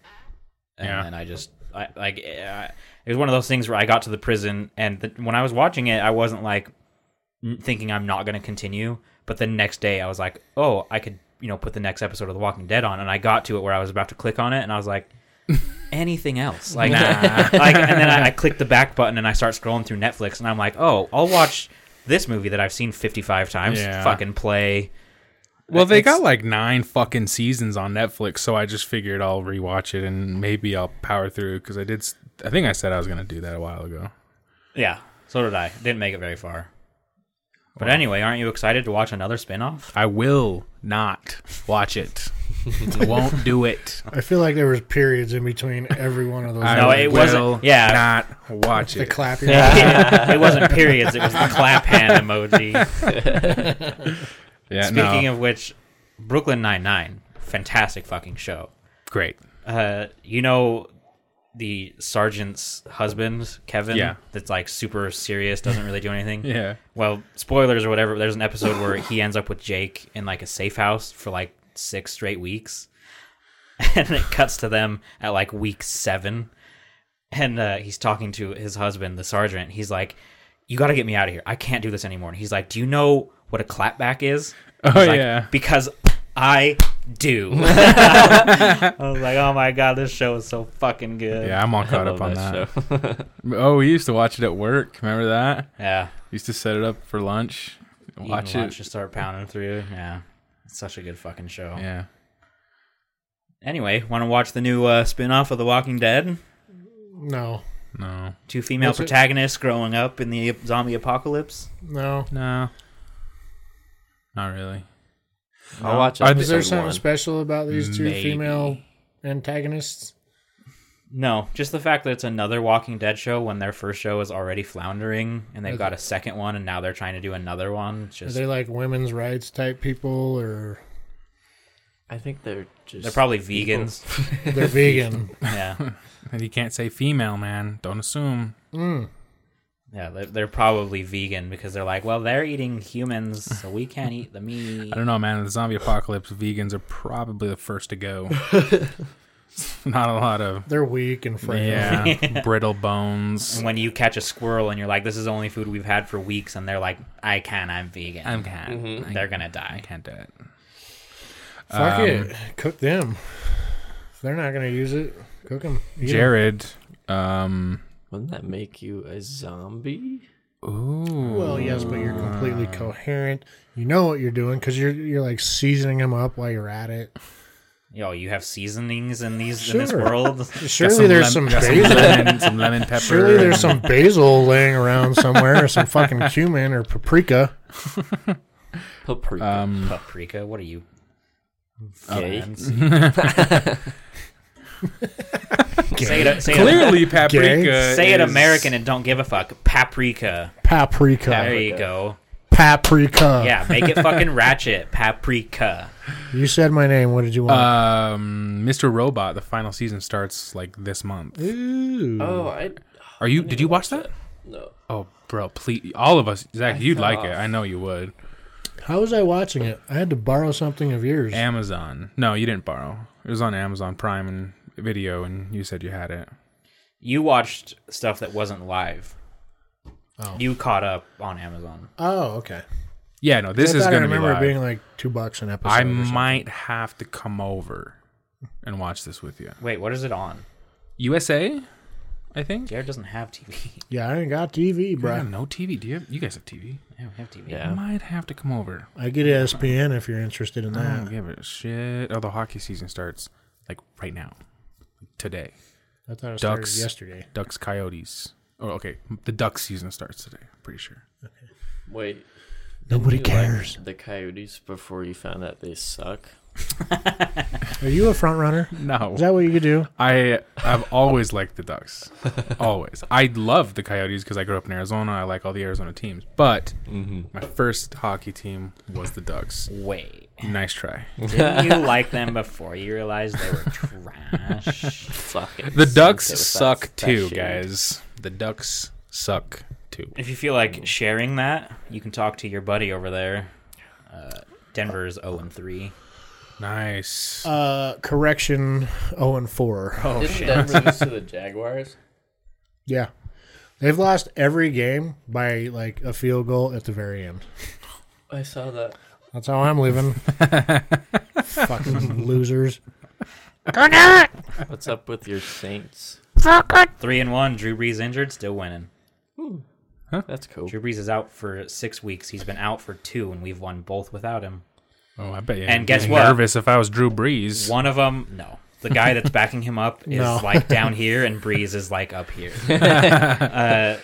S4: and
S2: Yeah.
S4: then I just I like I, it was one of those things where I got to the prison, and the, when I was watching it, I wasn't like n- thinking I'm not going to continue. But the next day, I was like, oh, I could you know put the next episode of The Walking Dead on, and I got to it where I was about to click on it, and I was like. Anything else? Like, like, and then I, I click the back button and I start scrolling through Netflix, and I'm like, oh, I'll watch this movie that I've seen 55 times.
S2: Yeah.
S4: Fucking play.
S2: Well, they
S4: It's-
S2: got like nine fucking seasons on Netflix, so I just figured I'll rewatch it and maybe I'll power through because I did. s- I think I said I was gonna do that a while ago.
S4: Yeah, so did I. Didn't make it very far. But anyway, aren't you excited to watch another spin-off?
S2: I will not watch it. I won't do it.
S1: I feel like there was periods in between every one of those.
S2: I
S4: No, it
S2: will
S4: wasn't- yeah.
S2: not watch
S1: the
S2: it.
S1: clapping.
S4: it wasn't periods, it was the clap hand emoji.
S2: yeah,
S4: Speaking
S2: no.
S4: of which, Brooklyn Nine-Nine, fantastic fucking show.
S2: great.
S4: Uh, you know the sergeant's husband, Kevin,
S2: Yeah.
S4: that's like super serious, doesn't really do anything?
S2: Yeah,
S4: Well, spoilers or whatever. There's an episode where he ends up with Jake in like a safe house for like six straight weeks, and it cuts to them at like week seven, and uh, he's talking to his husband, the sergeant. He's like, "You got to get me out of here. I can't do this anymore." And he's like, "Do you know what a clapback is?"
S2: Oh,
S4: He's like,
S2: yeah.
S4: because I do. I was like, "Oh my god, this show is so fucking good."
S2: yeah. I'm all
S3: I
S2: caught
S3: love
S2: up on that.
S3: that show.
S2: Oh, we used to watch it at work. Remember that?
S4: yeah.
S2: Used to set it up for lunch.
S4: You
S2: Watch it.
S4: can watch it start pounding through. Yeah, it's such a good fucking show.
S2: Yeah.
S4: Anyway, want to watch the new uh, spin-off of The Walking Dead?
S1: No,
S2: No.
S4: Two female
S1: What's it?
S4: protagonists growing up in the zombie apocalypse.
S1: no.
S2: No. Not really.
S3: I'll watch it.
S2: Are
S1: Is there
S3: episode
S1: something
S3: one.
S1: special about these two
S2: Maybe.
S1: female antagonists?
S4: No, just the fact that it's another Walking Dead show when their first show is already floundering, and they've got a second one, and now they're trying to do another one. It's
S1: Are
S4: Just
S1: they like women's rights type people, or
S3: I think they're just.
S4: they're probably
S3: people.
S4: vegans.
S1: they're vegan?
S4: yeah,
S2: And you can't say female, man. Don't assume.
S4: yeah, they're, they're probably vegan because they're like, well, they're eating humans, so we can't eat the meat.
S2: I don't know, man. In the zombie apocalypse, vegans are probably the first to go. Not a lot of
S1: They're weak and frail.
S2: yeah, brittle
S4: And
S2: bones.
S4: when you catch a squirrel and you're like, this is the only food we've had for weeks, and they're like, I can, I'm vegan.
S2: I'm can't. I,
S4: they're gonna die.
S2: I can't do it.
S1: Fuck
S2: Um,
S1: it. Cook them. If they're not gonna use it, cook them.
S2: Jared. Um.
S3: Wouldn't that make you a zombie?
S2: Ooh.
S1: Well, yes, but you're completely
S2: Uh.
S1: coherent. You know what you're doing because you're you're like seasoning them up while you're at it.
S4: Yo, you have seasonings in these in this
S1: Sure.
S4: world.
S1: Surely there's some
S2: lem- got
S1: basil.
S2: lemon, some lemon pepper.
S1: Surely there's some
S2: and-
S1: basil laying around somewhere, or some fucking cumin or paprika.
S3: Paprika.
S2: Um.
S4: Paprika, what are you?
S2: Oh,
S3: Gay.
S4: fans? say it, say it,
S2: Clearly, paprika.
S4: say it
S2: is-
S4: American and don't give a fuck. Paprika.
S1: Paprika.
S4: There you go.
S1: Paprika.
S4: Yeah, make it fucking ratchet. Paprika.
S1: You said my name. What did you want?
S2: Um, Mr. Robot, the final season starts like this month.
S1: Ooh.
S3: oh, I.
S2: Are you? Did you watch that?
S3: No.
S2: Oh, bro, please, all of us, Zach, you'd
S3: fell
S2: like
S3: off.
S2: it. I know you would.
S1: How was I watching it? I had to borrow something of yours.
S2: Amazon. No, you didn't borrow. It was on Amazon Prime and Video, and you said you had it.
S4: You watched stuff that wasn't live.
S1: Oh.
S4: You caught up on Amazon.
S1: oh, okay.
S2: Yeah, no, this
S1: I
S2: is
S1: thought I
S2: gonna be
S1: remember
S2: live.
S1: it being like two bucks an episode.
S2: I
S1: or something.
S2: might have to come over and watch this with you.
S4: Wait, what is it on?
S2: USA, I think.
S4: Jared doesn't have TV.
S1: Yeah, I ain't got TV,
S2: I
S1: bro.
S2: have no TV. Do you? Have, you guys have TV?
S4: I don't have TV.
S2: I
S3: Yeah.
S2: might have to come over.
S1: I get E ESPN if you're interested in
S2: I
S1: that.
S2: don't give a shit. Oh, the hockey season starts like right now, today.
S1: I thought it started
S2: Ducks
S1: yesterday.
S2: Ducks, Coyotes. Oh, okay. The Ducks season starts today. I'm pretty sure.
S3: Wait.
S1: Nobody
S3: didn't you like
S1: cares.
S3: the Coyotes before you found out they suck.
S1: Are you a front runner?
S2: No,
S1: Is that what you do?
S2: I I've always liked the Ducks. Always. I love the Coyotes because I grew up in Arizona. I like all the Arizona teams. But my first hockey team was the Ducks.
S4: Wait,
S2: Nice try.
S4: didn't you like them before you realized they were trash?
S3: Fuck it.
S2: The Ducks
S3: It was
S2: suck
S3: that- that
S2: too,
S3: shitty.
S2: guys. The Ducks suck too.
S4: if you feel like sharing that, you can talk to your buddy over there. Uh, Denver's zero and three.
S2: Nice.
S1: Uh, correction, zero and four.
S4: Oh
S3: Didn't Denver lose to the Jaguars?
S1: Yeah, they've lost every game by like a field goal at the very end.
S3: I saw that.
S1: That's how I'm living. Fucking losers.
S3: What's up with your Saints?
S4: Three and one. Drew Brees injured, still winning.
S3: That's cool.
S4: Drew Brees is out for six weeks. He's been out for two, and we've won both without him.
S2: oh, I bet you.
S4: and
S2: I'd
S4: guess
S2: be
S4: what?
S2: Nervous if I was Drew Brees.
S4: One of them, no. The guy that's backing him up is
S1: No.
S4: like down here, and Breeze is like up here. uh,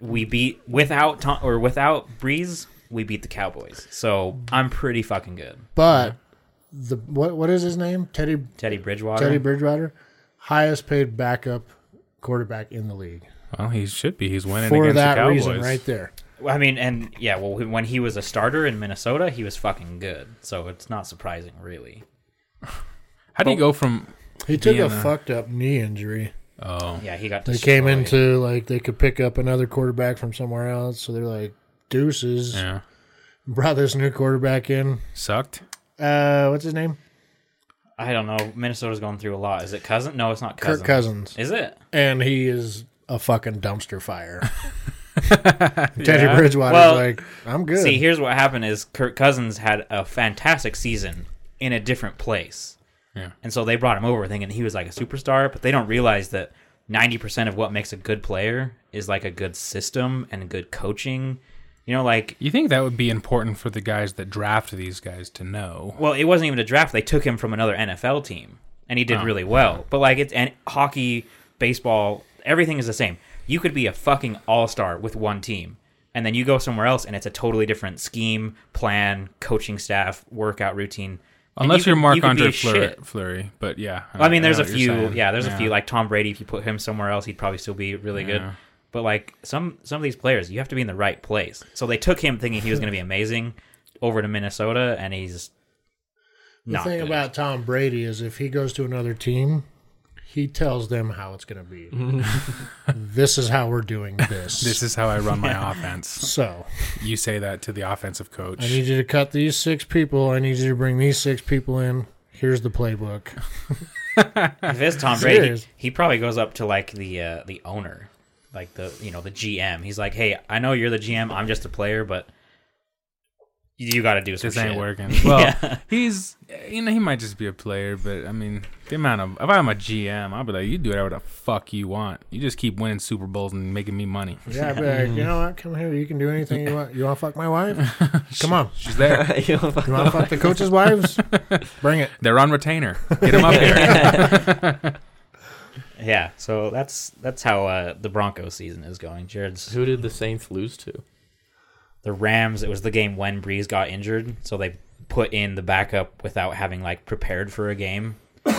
S4: we beat without Tom, or without Breeze, we beat the Cowboys. So I'm pretty fucking good.
S1: But the what what is his name? Teddy
S4: Teddy Bridgewater.
S1: Teddy Bridgewater, highest paid backup quarterback in the league.
S2: Well, he should be. He's winning
S1: For
S2: against
S1: that
S2: the Cowboys.
S1: reason, right there.
S4: I mean, and yeah, well, when he was a starter in Minnesota, he was fucking good. So it's not surprising, really.
S2: How do
S1: Oh.
S2: you go from?
S1: He took
S2: Being
S1: a
S2: a-
S1: fucked up knee injury.
S2: Oh,
S4: Yeah, he got.
S1: They came
S4: destroyed.
S1: into like they could pick up another quarterback from somewhere else, so they're like deuces.
S2: yeah.
S1: Brought this new quarterback in.
S2: Sucked.
S1: Uh, what's his name?
S4: I don't know. Minnesota's going through a lot. Is it Cousin? No, it's not Cousin.
S1: Kirk Cousins,
S4: Is it?
S1: and he is a fucking dumpster fire. Teddy Bridgewater's
S4: Well,
S1: like, I'm good.
S4: See, here's what happened: is Kirk Cousins had a fantastic season in a different place,
S2: Yeah.
S4: and so they brought him over thinking he was like a superstar. But they don't realize that ninety percent of what makes a good player is like a good system and good coaching. You know, like
S2: You think that would be important for the guys that draft these guys to know?
S4: well, it wasn't even a draft; they took him from another NFL team, and he did
S2: Oh.
S4: really well. But like it's and hockey, baseball, everything is the same. You could be a fucking all star with one team. And then you go somewhere else, and it's a totally different scheme, plan, coaching staff, workout routine. And
S2: Unless you
S4: you
S2: are
S4: could-
S2: Marc
S4: you could be
S2: Andre
S4: shit.
S2: Fleury, Fleury, but yeah.
S4: I mean,
S2: know
S4: there's a
S2: what you're
S4: few.
S2: saying.
S4: Yeah, there's a few. Like Tom Brady, if you put him somewhere else, he'd probably still be really good. But like some some of these players, you have to be in the right place. So they took him thinking he was going to be amazing over to Minnesota, and he's
S1: the
S4: not.
S1: thing
S4: good.
S1: about Tom Brady is if he goes to another team, he tells them how it's going to be. this is how we're doing this.
S2: This is how I run my offense.
S1: so.
S2: You say that to the offensive
S1: I
S2: coach.
S1: need you to cut these six people. I need you to bring these six people in. Here's the playbook.
S4: if it's Tom Brady,
S1: Serious.
S4: he probably goes up to like the uh, the owner, like the you know the GM. He's like, hey, I know you're the GM. I'm just a player, but you got to do some
S2: This ain't
S4: shit."
S2: working. Well, he's you know he might just be a player, but I mean the amount of if I'm a GM, I'll be like, you do whatever the fuck you want. You just keep winning Super Bowls and making me money.
S1: Yeah, I'd be like, you know what? Come here. You can do anything you want. You want to fuck my wife? Come on.
S2: She's there.
S3: You know,
S1: You want to fuck the coaches' wives? Bring it.
S2: They're on retainer. Get them up here.
S4: Yeah, so that's that's how uh, the Broncos season is going. Jared's
S3: Who did the Saints lose to?
S4: the Rams. It was the game when Breeze got injured, so they put in the backup without having like prepared for a game.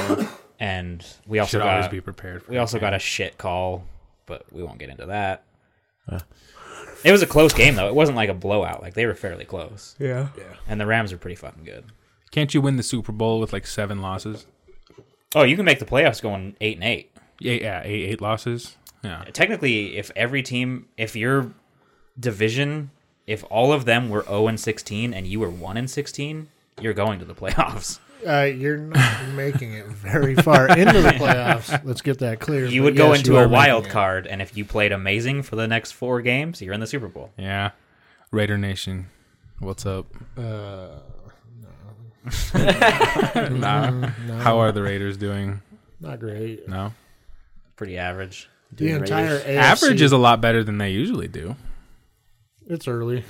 S4: and we also
S2: Should
S4: got
S2: always be prepared. For
S4: we also got a shit call, but we won't get into that. It was a close game though. It wasn't like a blowout. Like they were fairly close,
S3: Yeah.
S4: and the Rams are pretty fucking good.
S2: Can't you win the Super Bowl with like seven losses?
S4: Oh, you can make the playoffs going eight and eight.
S2: Yeah, yeah, eight, eight losses. Yeah,
S4: Technically, if every team, if your division, if all of them were zero and sixteen and you were one and sixteen, you're going to the playoffs.
S1: Uh, you're not making it very far into the playoffs. Let's get that clear.
S4: you
S1: But
S4: would go
S1: yes,
S4: into
S1: you are
S4: a
S1: making
S4: wild
S1: it.
S4: card, and if you played amazing for the next four games, you're in the Super Bowl.
S2: yeah. Raider Nation, what's up?
S1: Uh,
S2: Nah. How are the Raiders doing?
S1: mm, not great.
S2: No.
S4: Pretty average.
S1: The entire AFC,
S2: Average is a lot better than they usually do.
S1: It's early.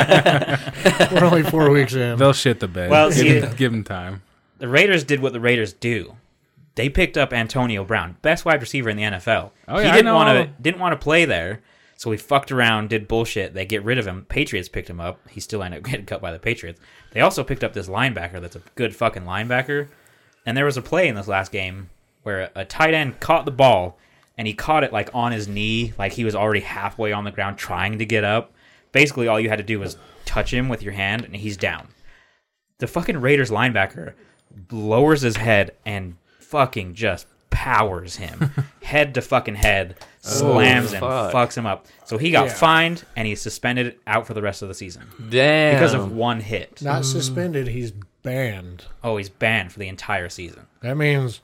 S1: We're only four weeks in.
S2: They'll shit the bed.
S4: Well,
S2: give,
S4: see-
S2: them, give 'em time.
S4: The Raiders did what the Raiders do. They picked up Antonio Brown, best wide receiver in the NFL.
S2: Oh,
S4: he
S2: yeah, I
S4: didn't
S2: know.
S4: want to didn't want to play there, So we fucked around, did bullshit. They get rid of him. Patriots picked him up. He still ended up getting cut by the Patriots. They also picked up this linebacker that's a good fucking linebacker. And there was a play in this last game where a tight end caught the ball and he caught it like on his knee, like he was already halfway on the ground trying to get up. Basically, all you had to do was touch him with your hand and he's down. The fucking Raiders linebacker lowers his head and fucking just powers him head to fucking head, slams him,
S3: Oh, fuck.
S4: fucks him up. So he got fined and he's suspended out for the rest of the season
S3: Damn.
S4: because of one hit.
S1: Not suspended, he's banned.
S4: Oh, he's banned for the entire season.
S1: That means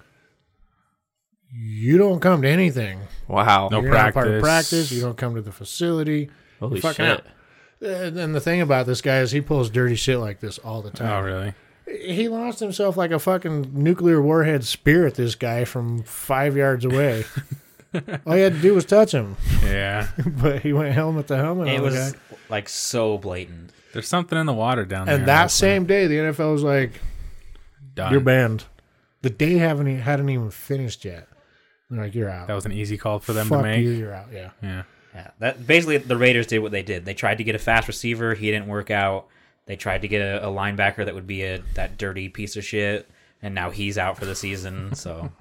S1: you don't come to anything.
S3: wow.
S2: No
S1: You're not a part of practice. You don't come to the facility.
S3: Holy
S1: Fucking
S3: shit.
S1: And and the thing about this guy is he pulls dirty shit like this all the
S2: Oh,
S1: time.
S2: really?
S1: He launched himself like a fucking nuclear warhead spear at this guy from five yards away. all you had to do was touch him,
S2: Yeah.
S1: but he went helmet to
S3: Oh,
S1: helmet.
S4: It
S1: on the guy.
S4: was like so blatant.
S2: There's something in the water down there.
S1: And that same day, the NFL was like,
S2: Done.
S1: "You're banned." The day haven't e- hadn't even finished yet. They're like, "You're out."
S2: That was an easy call for them
S1: Fuck
S2: to make.
S1: you, you're out. Yeah.
S2: Yeah.
S4: Yeah, that basically the Raiders did what they did. They tried to get a fast receiver, he didn't work out. They tried to get a, a linebacker that would be a that dirty piece of shit, and now he's out for the season. So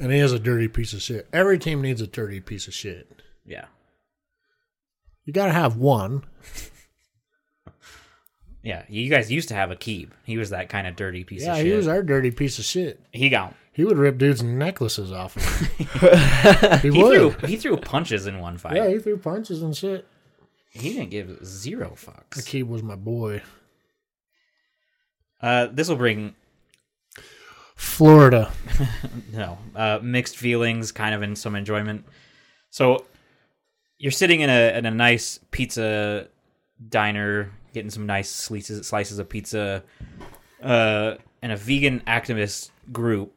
S1: And he is a dirty piece of shit. Every team needs a dirty piece of shit.
S4: yeah,
S1: You got to have one.
S4: yeah. You guys used to have a Keeb. He was that kind of dirty piece
S1: yeah,
S4: of
S1: he
S4: shit.
S1: was our dirty piece of shit.
S4: he got
S1: He would rip dudes' necklaces off of him. he
S4: he threw
S1: would.
S4: he threw punches in one fight.
S1: yeah, he threw punches and shit.
S4: He didn't give zero fucks.
S1: Akib was my boy.
S4: Uh, this will bring
S1: Florida.
S4: no uh, mixed feelings, kind of in some enjoyment. So you're sitting in a in a nice pizza diner, getting some nice slices slices of pizza, uh, and a vegan activist group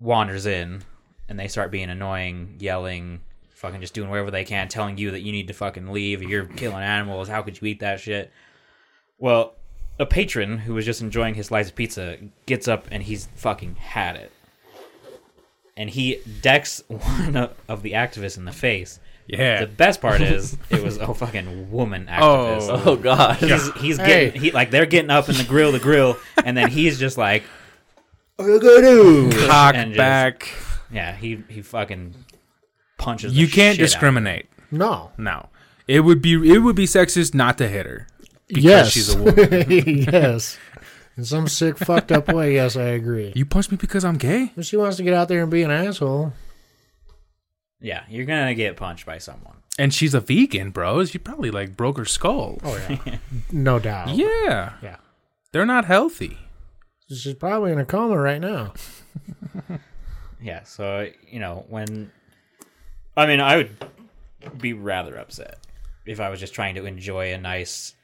S4: wanders in, and they start being annoying, yelling, fucking just doing whatever they can, telling you that you need to fucking leave. You're killing animals. How could you eat that shit? Well. A patron who was just enjoying his slice of pizza gets up and he's fucking had it and he decks one o- of the activists in the face.
S2: Yeah.
S4: The best part is it was a fucking woman activist.
S2: Oh.
S3: Oh god.
S4: He's, he's
S1: Hey.
S4: getting he like they're getting up in the grill the grill and then he's just like
S2: Cock
S4: And just-
S2: back.
S4: yeah he he fucking punches the
S2: You can't
S4: shit out of him.
S2: discriminate.
S1: No.
S2: No. It would be it would be sexist not to hit her. Because
S1: yes.
S2: she's a woman.
S1: yes. In some sick, fucked up way, yes, I agree.
S2: You punch me because I'm gay?
S1: If she wants to get out there and be an asshole,
S4: yeah you're gonna get punched by someone
S2: And she's a vegan, bro. She probably like broke her skull.
S1: oh, yeah. no doubt.
S2: Yeah.
S1: Yeah.
S2: They're not healthy.
S1: She's probably in a coma right now.
S4: yeah so you know when I mean I would be rather upset if I was just trying to enjoy a nice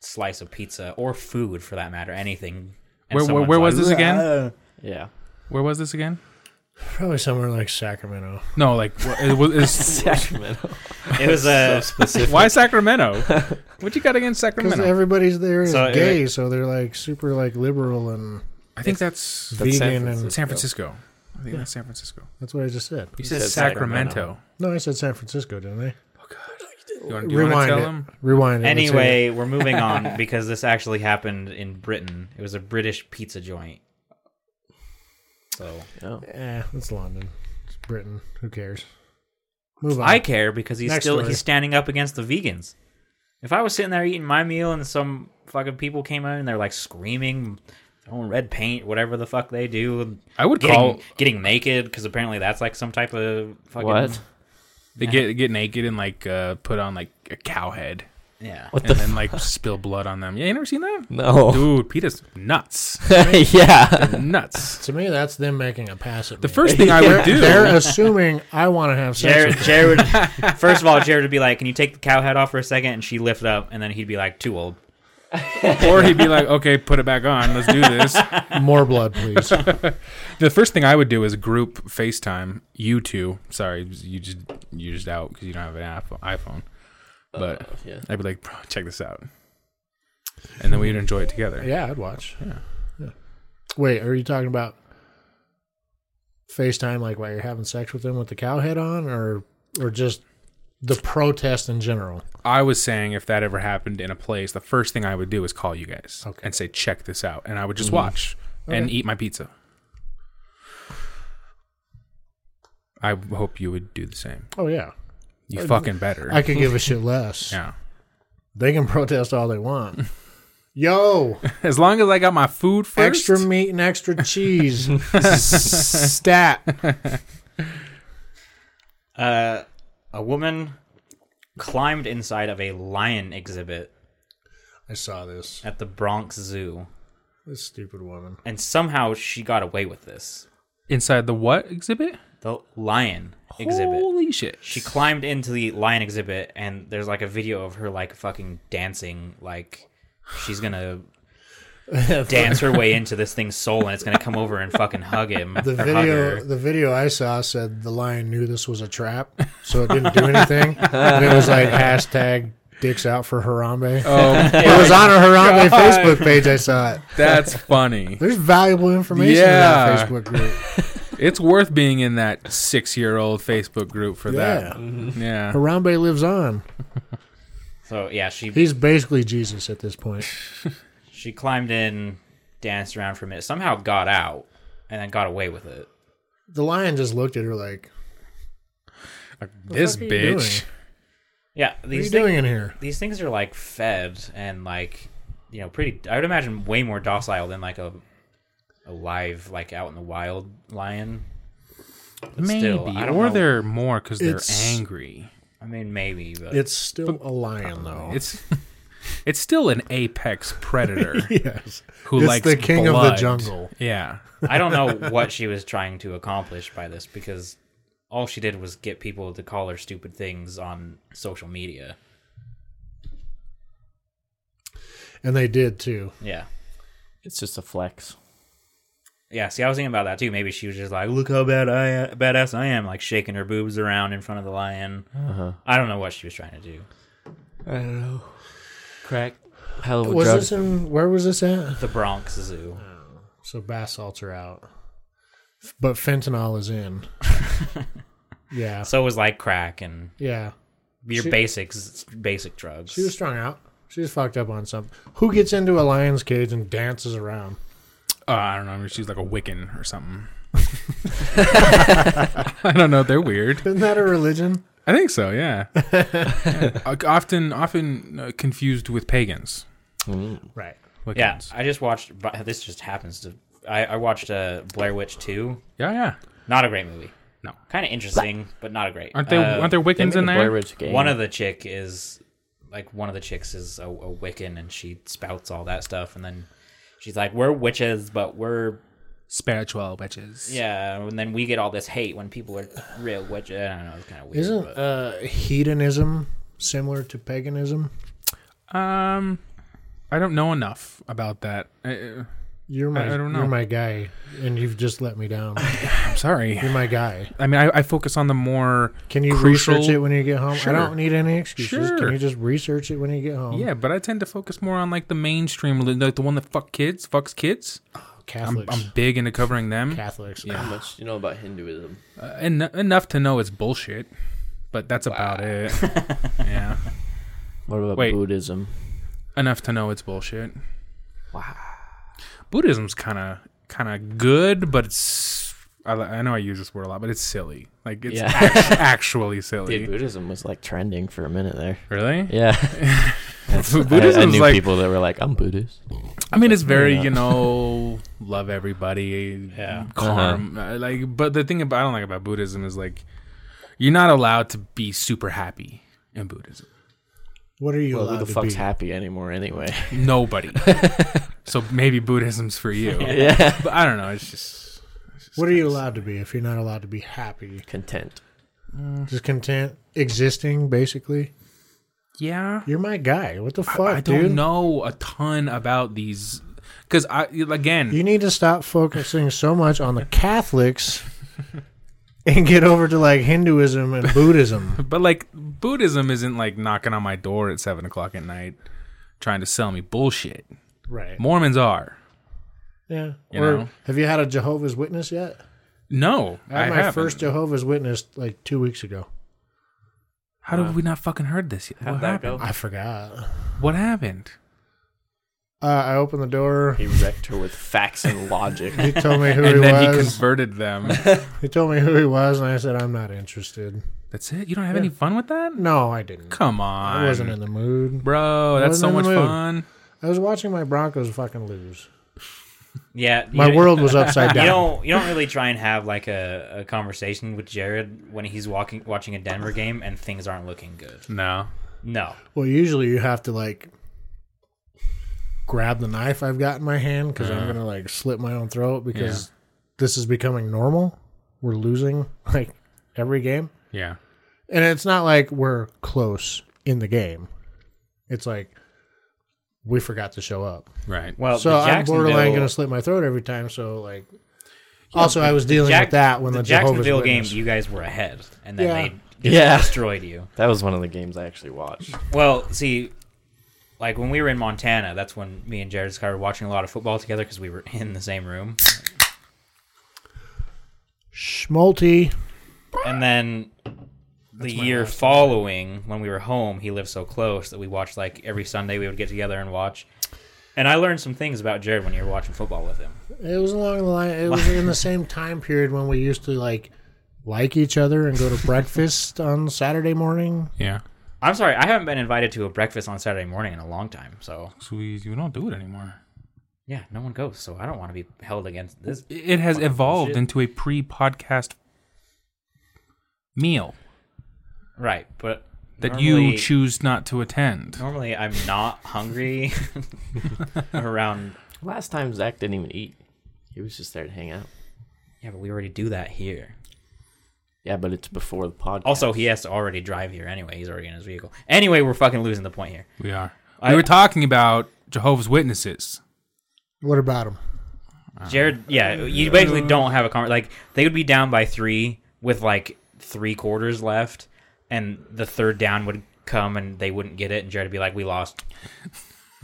S4: slice of pizza or food for that matter anything and
S2: Where- where-
S4: someone's
S2: where was this again?
S4: "Ugh."
S3: Yeah.
S2: Where was this again?
S1: Probably somewhere like Sacramento.
S2: No, like wh- it was, it's-
S3: Sacramento.
S4: It was a
S2: why Sacramento? What you got against
S1: Because
S2: Sacramento?
S1: everybody's there is
S4: So, it-
S1: gay, so they're like super like liberal and
S2: I think that's
S3: That's San
S1: vegan and
S2: San Francisco. I think that's San Francisco.
S1: that's what I just said.
S2: You said
S3: said
S2: Sacramento.
S3: Sacramento.
S1: No, I said San Francisco, didn't I?
S2: You want, do you want to tell
S1: it.
S2: them?
S1: Rewind it. Let's hear it.
S4: Anyway, we're moving on because this actually happened in Britain. It was a British pizza joint. So
S1: Eh, it's London. It's Britain. Who cares? Move on.
S4: I care because he's
S1: Next
S4: still
S1: story.
S4: he's standing up against the vegans. If I was sitting there eating my meal and some fucking people came in and they're like screaming, throwing red paint, whatever the fuck they do,
S2: I would
S4: getting
S2: call
S4: getting naked because apparently that's like some type of fucking
S3: What?
S2: they get get naked and like uh, put on like a cow head
S4: Yeah,
S3: What the Oh.
S2: and then like spill blood on them. Yeah, you never seen that?
S3: No.
S2: Dude, Peter's nuts.
S3: yeah.
S2: nuts.
S1: to me, that's them making a pass at
S2: The
S1: me.
S2: first thing I would do.
S1: They're assuming I want to have sex.
S4: Jared,
S1: with
S4: Jared would, first of all, Jared would be like, "Can you take the cow head off for a second? And she lift up, and then he'd be like, "Too old."
S2: or he'd be like, okay, put it back on. Let's do this.
S1: them. More blood, please.
S2: The first thing I would do is group FaceTime you two. Sorry, you just you just out because you don't have an app- iPhone. But
S3: yeah.
S2: I'd be like, bro, check this out, and then we'd enjoy it together.
S1: yeah, I'd watch. Yeah. Wait, are you talking about FaceTime like while you're having sex with them with the cow head on, or or just the protest in general.
S2: I was saying if that ever happened in a place, the first thing I would do is call you guys and say, check this out. And I would just
S1: Mm-hmm.
S2: watch and eat my pizza. I hope you would do the same.
S1: Oh yeah,
S2: You fucking better.
S1: I could give a shit less.
S2: yeah.
S1: They can protest all they want. Yo,
S2: As long as I got my food first.
S1: extra meat and extra cheese. Stat.
S4: Uh, a woman climbed inside of a lion exhibit
S1: I saw this.
S4: at the Bronx Zoo,
S1: This stupid woman.
S4: and somehow she got away with this.
S2: Inside the what exhibit?
S4: The lion exhibit.
S2: Holy shit.
S4: She climbed into the lion exhibit, and there's like a video of her like fucking dancing, like she's gonna dance her way into this thing's soul, and it's gonna come over and fucking hug him.
S1: The
S4: or hug her.
S1: video, the video I saw said the lion knew this was a trap, so it didn't do anything. and it was like hashtag dicks out for Harambe.
S2: Oh,
S1: it was on a Harambe
S2: God.
S1: Facebook page. I saw it.
S2: that's funny.
S1: There's valuable information
S2: Yeah.
S1: in that Facebook group.
S2: It's worth being in that six year old Facebook group for
S1: Yeah,
S2: that. Yeah.
S1: Harambe lives on.
S4: So yeah, she
S1: He's basically Jesus at this point.
S4: she climbed in, danced around for a minute, somehow got out, and then got away with it.
S1: The lion just looked at her like,
S2: This
S1: fuck are you
S2: bitch.
S4: Yeah,
S1: "What are you
S4: these things,
S1: doing in here?"
S4: these things are like fed and like you know pretty. I would imagine way more docile than like a a live like out in the wild lion. But
S2: Maybe.
S4: still, I don't
S2: or
S4: know.
S2: they're more because they're
S1: It's-
S2: angry.
S4: I mean, maybe, but
S1: It's still a lion, though.
S2: It's it's still an apex predator
S1: yes,
S2: who
S1: It's
S2: likes
S1: the king of the
S2: blood.
S1: jungle.
S2: Yeah.
S4: I don't know what she was trying to accomplish by this because all she did was get people to call her stupid things on social media.
S1: and they did too.
S4: Yeah.
S3: It's just a flex.
S4: Yeah, see, I was thinking about that too. Maybe she was just like, "Look how bad I badass I am," like shaking her boobs around in front of the lion. I don't know what she was trying to do.
S3: I don't know. Crack. Hell of a
S1: Was
S3: drug.
S1: this in where was this at?
S4: The Bronx Zoo.
S1: So bath salts are out, but fentanyl is in. yeah,
S4: So it was like crack and
S1: yeah.
S4: your
S1: She-
S4: basics, basic drugs.
S1: She was strung out. She was fucked up on something. Who gets into a lion's cage and dances around?
S2: Uh, I don't know. Maybe she's like a Wiccan or something. I don't know. They're weird.
S1: Isn't that a religion?
S2: I think so. Yeah. Yeah. Uh, Often, often uh, confused with pagans.
S1: Right.
S4: yeah,
S2: Wiccans.
S4: I just watched. but This just happens to. I, I watched uh, Blair Witch Two.
S2: Yeah. Yeah.
S4: Not a great movie.
S2: No.
S4: Kind of interesting, but not a great.
S2: Aren't there
S4: Uh,
S2: aren't there
S3: They
S2: Wiccans
S3: made
S2: in
S3: the Blair
S2: there?
S3: Witch game.
S4: One of the chick is like one of the chicks is a, a Wiccan, and she spouts all that stuff, and then she's like, "We're witches, but we're
S2: Spiritual witches.
S4: yeah." And then we get all this hate when people are real witches. I don't know. It's kind of weird.
S1: Isn't
S4: but-
S1: uh, hedonism similar to paganism?
S2: Um, I don't know enough about that. I, uh,
S1: You're my
S2: I- I don't know.
S1: you're my guy, and you've just let me down.
S2: I'm sorry.
S1: you're my guy.
S2: I mean, I, I focus on the more.
S1: Can you
S2: Crucial-
S1: research it when you get home?
S2: Sure.
S1: I don't need any excuses.
S2: Sure.
S1: Can you just research it when you get
S3: Um,
S1: home?
S2: Yeah, but I tend to focus more on like the mainstream, like the one that fuck kids, fucks kids. I'm,
S1: Catholics.
S2: I'm big into covering them.
S1: Catholics.
S3: How much do you know about Hinduism?
S2: Uh, en- enough to know it's bullshit, but that's about it. yeah,
S3: What about
S2: Wait.
S3: Buddhism?
S2: enough to know it's bullshit. Wow, Buddhism's kind of kind of good, but it's I, li- I know I use this word a lot, but it's silly. Like it's
S3: Yeah.
S2: act- actually silly.
S3: Dude, Buddhism was like trending for a minute there.
S2: Really?
S3: Yeah.
S2: Buddhism's
S3: I, I knew
S2: like-
S3: people that were like, I'm Buddhist.
S2: I mean, it's very
S3: Yeah.
S2: you know, love everybody,
S4: Yeah.
S2: calm. uh, Like, but the thing about I don't like about Buddhism is like, you're not allowed to be super happy in Buddhism.
S1: What are you
S3: Well,
S1: allowed
S3: who the
S1: to be?
S3: fuck's happy anymore anyway?
S2: Nobody. so maybe Buddhism's for you.
S3: yeah.
S2: But I don't know. It's just. it's just
S1: What are you
S2: kinda-
S1: allowed to be if you're not allowed to be happy?
S3: Content.
S1: Just content existing, basically.
S2: Yeah.
S1: You're my guy. What the fuck,
S2: I don't
S1: dude?
S2: know a ton about these, because I again.
S1: You need to stop focusing so much on the Catholics and get over to like Hinduism and Buddhism.
S2: but like Buddhism isn't like knocking on my door at seven o'clock at night, trying to sell me bullshit.
S1: right.
S2: Mormons are.
S1: Yeah.
S2: You
S1: or
S2: know?
S1: have you had a Jehovah's Witness yet?
S2: No,
S1: I had my
S2: haven't.
S1: first Jehovah's Witness like two weeks ago.
S2: How did we not fucking heard this yet?
S3: How'd
S2: what
S3: that
S2: happened?
S1: I forgot.
S2: What happened?
S1: Uh, I opened the door.
S5: He wrecked her with facts and logic.
S1: He told me who he
S2: And then he
S1: was.
S2: converted them.
S1: He told me who he was, and I said, I'm not interested.
S2: That's it. You don't have any fun with that?
S1: No, I didn't.
S2: Come on.
S1: I wasn't in the mood.
S2: Bro, that's
S1: wasn't
S2: so
S1: in
S2: much
S1: the mood.
S2: fun.
S1: I was watching my Broncos fucking lose.
S4: Yeah,
S1: My
S4: you-
S1: world was upside
S4: You
S1: down.
S4: don't you don't really try and have like a, a conversation with Jared when he's walking watching a Denver game and things aren't looking good.
S2: No.
S4: No,
S1: well, usually you have to like grab the knife I've got in my hand because I'm gonna like slit my own throat because this is becoming normal. We're losing like every game,
S2: Yeah.
S1: and it's not like we're close in the game. It's like we forgot to show up.
S2: Right.
S4: well,
S1: so I'm borderline gonna slit my throat every time. So like, also I was dealing with that when the, Jehovah's
S4: Jacksonville game,
S1: Witness-
S4: you guys were ahead, and then
S1: Yeah.
S4: they just
S3: Yeah.
S4: destroyed you.
S3: That was one of the games I actually watched.
S4: Well, see, like when we were in Montana, that's when me and Jared started watching a lot of football together because we were in the same room.
S1: Schmalti.
S4: And then the year following, when we were home, he lived so close that we watched like every Sunday we would get together and watch. And I learned some things about Jared when you were watching football with him.
S1: It was along the line. It was in the same time period when we used to like like each other and go to breakfast on Saturday morning.
S2: Yeah.
S4: I'm sorry, I haven't been invited to a breakfast on Saturday morning in a long time. So
S2: So we, we don't do it anymore.
S4: yeah, no one goes. So I don't want to be held against this.
S2: It has evolved into a pre podcast meal
S4: Right, but
S2: that
S4: normally-
S2: you choose not to attend.
S4: Normally, I'm not hungry around.
S3: Last time Zach didn't even eat. He was just there to hang out.
S4: Yeah, but we already do that here.
S3: Yeah, but it's before the podcast.
S4: Also, he has to already drive here anyway. He's already in his vehicle. Anyway, we're fucking losing the point here.
S2: We are.
S4: I-
S2: we were talking about Jehovah's Witnesses.
S1: What about him?
S4: Uh-huh. Jared, yeah, you basically don't have a conver Like, they would be down by three with like three quarters left, and the third down would come and they wouldn't get it, and Jared would be like, We lost.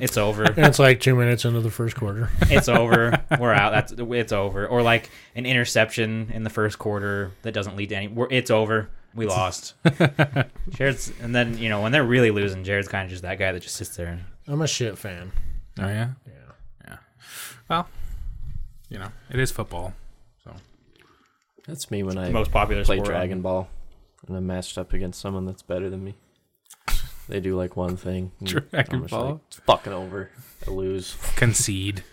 S4: It's over.
S1: And it's like two minutes into the first quarter.
S4: it's over. We're out. That's it's over. Or like an interception in the first quarter that doesn't lead to any. We're, it's over. We lost. Jared's, and then you know when they're really losing, Jared's kind of just that guy that just sits there. And,
S1: I'm a shit fan.
S2: Oh yeah.
S1: Yeah.
S2: Yeah. Well, you know, it is football.
S3: That's me when I
S4: most popular
S3: play
S4: sport.
S3: Dragon Ball and I'm matched up against someone that's better than me. They do like one thing. and
S2: Dragon
S3: I'm just
S2: Ball?
S3: Like, it's fucking over. I lose.
S2: Concede.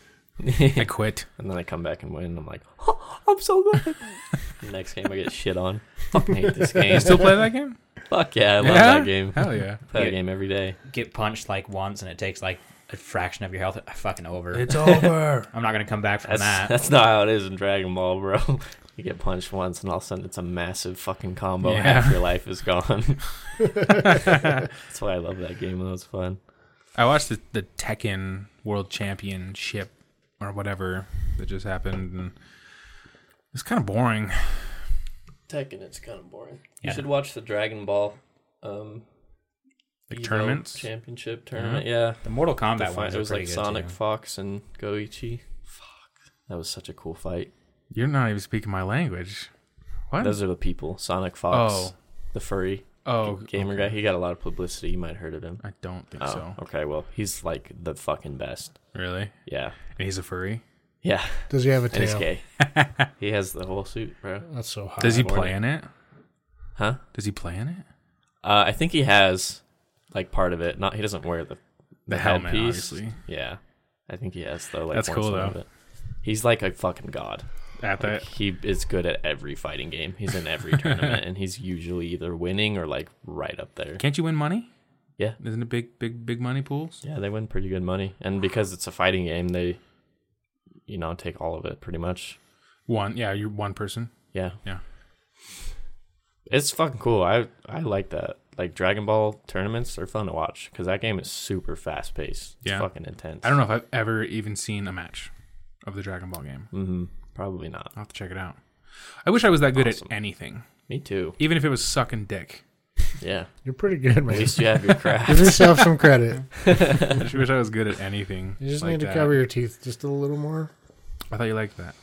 S2: I quit.
S3: And then I come back and win. And I'm like, "Oh, I'm so good. The Next game, I get shit on. Fucking hate this game.
S2: You still play that game?
S3: Fuck yeah, I love
S2: Yeah?
S3: that game.
S2: Hell yeah.
S3: Play
S4: Yeah.
S3: that game every day.
S4: Get punched like once, and it takes like a fraction of your health. Fucking over.
S2: over.
S4: I'm not gonna come back from
S3: That's
S4: that.
S3: that's not how it is in Dragon Ball, bro. You get punched once, and all of a sudden it's a massive fucking combo.
S2: Yeah.
S3: Half your life is gone. that's why I love that game. That was fun.
S2: I watched the, the Tekken World Championship or whatever that just happened and it's kind of boring.
S3: Tekken, it's kind of boring.
S4: You Yeah. should
S3: watch the Dragon Ball, um,
S2: Like Evo tournaments? Uh-huh.
S3: championship
S2: tournament,
S3: Yeah,
S4: The Mortal
S3: The
S4: Kombat
S3: fight-
S4: one
S3: it was like Sonic
S4: Too.
S3: Fox and Goichi. Fuck, that was such a cool fight.
S2: You're not even speaking my language. What?
S3: Those are the people. Sonic Fox,
S2: Oh.
S3: the furry
S2: oh,
S3: gamer guy. He got a lot of publicity. You might have heard of him.
S2: I don't think
S3: Oh,
S2: so.
S3: okay. Well, he's like the fucking best.
S2: Really?
S3: Yeah,
S2: And he's a furry.
S3: yeah.
S1: Does he have a
S3: And he's
S1: tail?
S3: gay. he has the whole suit, bro.
S1: That's so hot.
S2: Does he
S3: boring.
S2: play in it?
S3: Huh?
S2: Does he play in it?
S3: Uh, I think he has like part of it. Not he doesn't wear the
S2: The helmet,
S3: headpiece.
S2: obviously.
S3: Yeah, I think he has though. Like,
S2: That's
S3: worn
S2: cool,
S3: some of
S2: though.
S3: it. He's like a fucking god.
S2: At
S3: Like, he is good at every fighting game. He's in every tournament, and he's usually either winning or like right up there.
S2: Can't you win money?
S3: Yeah.
S2: Isn't it big, big, big money pools?
S3: Yeah, they win pretty good money, and because it's a fighting game, they, you know, take all of it pretty much.
S2: One, yeah, you're one person.
S3: Yeah,
S2: Yeah.
S3: it's fucking cool. I I like that. Like Dragon Ball tournaments are fun to watch because that game is super fast paced. It's
S2: Yeah.
S3: fucking intense.
S2: I don't know if I've ever even seen a match of the Dragon Ball game.
S3: Mm-hmm. Probably not.
S2: I'll have to check it out. I wish I was that good
S3: Awesome.
S2: at anything,
S3: Me too.
S2: even if it was sucking dick.
S3: Yeah.
S1: You're pretty good,
S3: At
S1: man.
S3: least you have your
S1: Give
S3: craft.
S1: yourself some credit.
S2: I just wish I was good at anything.
S1: You just
S2: like
S1: need to
S2: that.
S1: cover your teeth just a little more.
S2: I thought you liked that.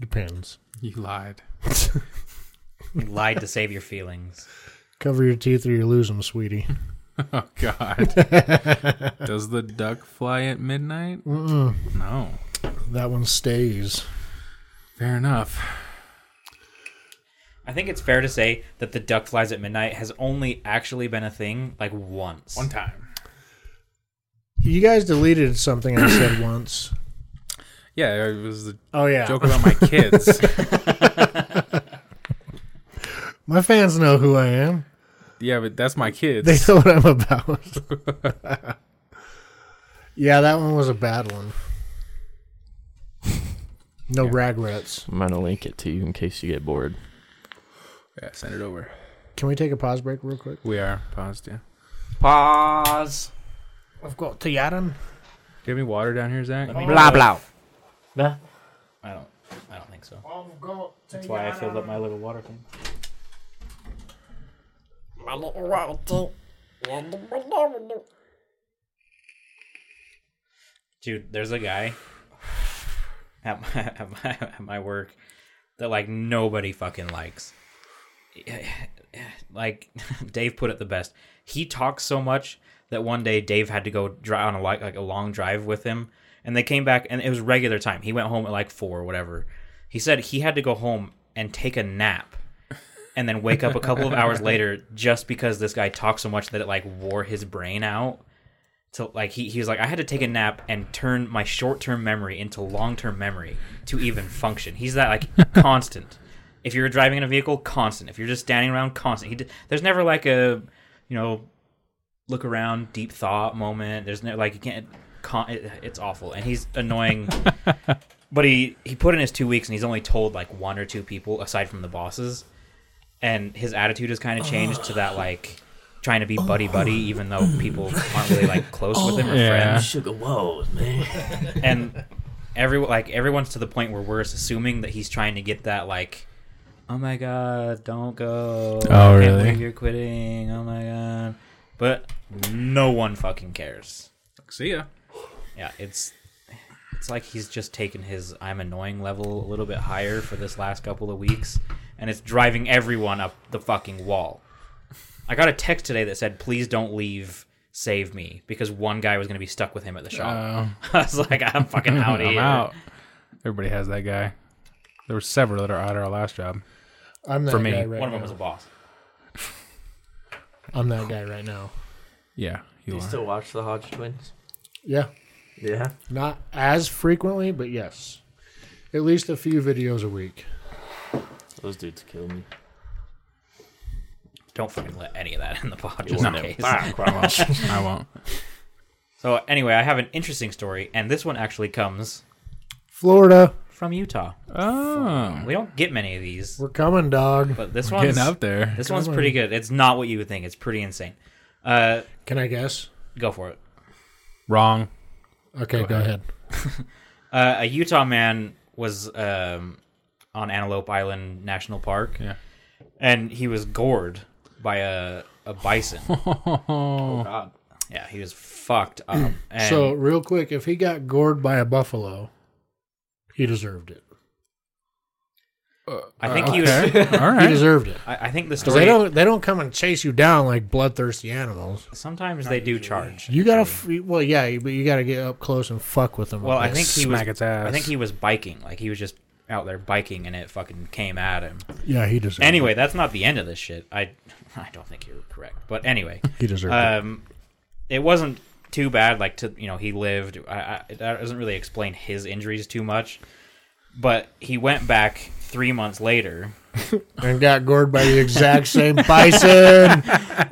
S1: Depends.
S2: You lied.
S4: You lied to save your feelings.
S1: Cover your teeth or you lose them, sweetie.
S2: Oh God! Does the duck fly at midnight? No.
S1: That one stays.
S2: Fair enough.
S4: I think it's fair to say that the duck flies at midnight has only actually been a thing like once.
S2: One time.
S1: You guys deleted something I said once.
S2: Yeah, it was the
S1: Oh yeah,
S2: joke about my kids.
S1: my fans know who I am.
S2: yeah, but that's my kids.
S1: They know what I'm about. yeah, that one was a bad one. No regrets.
S3: I'm gonna link it to you in case you get bored.
S2: yeah, send it over.
S1: Can we take a pause break real quick?
S2: We are paused. Yeah.
S5: Pause.
S1: I've got Tiaran.
S2: Do you have any water down here, Zach?
S5: Blah blah.
S4: I don't. I don't think so.
S1: I've got
S4: That's why I filled up my little water thing. Dude, there's a guy at my, at my at my work that like nobody fucking likes. Like Dave put it the best. He talks so much that one day Dave had to go drive on a like, like a long drive with him, and they came back and it was regular time. He went home at like four or whatever. He said he had to go home and take a nap and then wake up a couple of hours later just because this guy talked so much that it like wore his brain out. So like he, he was like, I had to take a nap and turn my short term memory into long term memory to even function. He's that like constant. If you're driving in a vehicle, constant. If you're just standing around, constant. He d- there's never like a you know look around, deep thought moment. There's no like you can't. Con- it, it's awful, and he's annoying. but he he put in his two weeks, and he's only told like one or two people aside from the bosses and his attitude has kind of changed to that like trying to be buddy buddy even though people aren't really like close with him or
S2: Yeah.
S4: friends
S5: Sugar woes, man.
S4: and every like everyone's to the point where we're assuming that he's trying to get that like oh my god don't go I can't
S2: Oh, really?
S4: believe you're quitting oh my god but no one fucking cares
S2: See ya.
S4: yeah it's it's like he's just taken his i'm annoying level a little bit higher for this last couple of weeks and it's driving everyone up the fucking wall i got a text today that said please don't leave save me because one guy was going to be stuck with him at the
S1: Oh.
S4: shop i was like i'm fucking out of
S2: Uh. I'm
S4: here
S2: out. Everybody has that guy. There were several that are out at our last job.
S1: I'm that
S2: For me.
S1: guy right
S4: one of
S1: now.
S4: them was a boss
S1: I'm that guy right now.
S2: Yeah, you are.
S3: Still watch the Hodge twins?
S1: Yeah,
S3: Yeah.
S1: not as frequently, but yes, at least a few videos a week.
S3: Those dudes kill me.
S4: don't fucking let any of that in the pod just in case
S2: I won't.
S4: so anyway i have an interesting story and this one actually comes
S1: Florida,
S4: from utah
S2: Oh,
S4: we don't get many of these
S1: we're coming, dog.
S4: but this
S2: getting
S4: one's
S2: up there.
S4: This one's pretty good. It's not what you would think. It's pretty insane. Uh,
S1: Can I guess?
S4: go for it.
S2: Wrong.
S1: Okay, go, ahead.
S4: Uh, a Utah man was um, on Antelope Island National Park,
S2: Yeah.
S4: and he was gored by a a bison.
S3: God.
S4: yeah, he was fucked up. And
S1: So, real quick, if he got gored by a buffalo, he deserved it.
S4: I think he was.
S2: Okay. All
S1: He
S2: right.
S1: deserved it.
S4: I, I think the
S1: 'Cause they
S4: story.
S1: don't they don't come and chase you down like bloodthirsty animals.
S4: sometimes they do charge.
S1: You gotta f- well, yeah, but you gotta get up close and fuck with them.
S4: Well, I think he was.
S2: Smack its ass.
S4: I think he was biking. Like he was just out there biking, and it fucking came at him.
S1: yeah, he deserved.
S4: Anyway, that's not the end of this shit. I I don't think you're correct, but anyway.
S1: it. he deserved. it.
S4: um, it wasn't too bad. Like to you know, he lived. I, I, that doesn't really explain his injuries too much, but he went back three months later.
S1: and got gored by the exact same bison.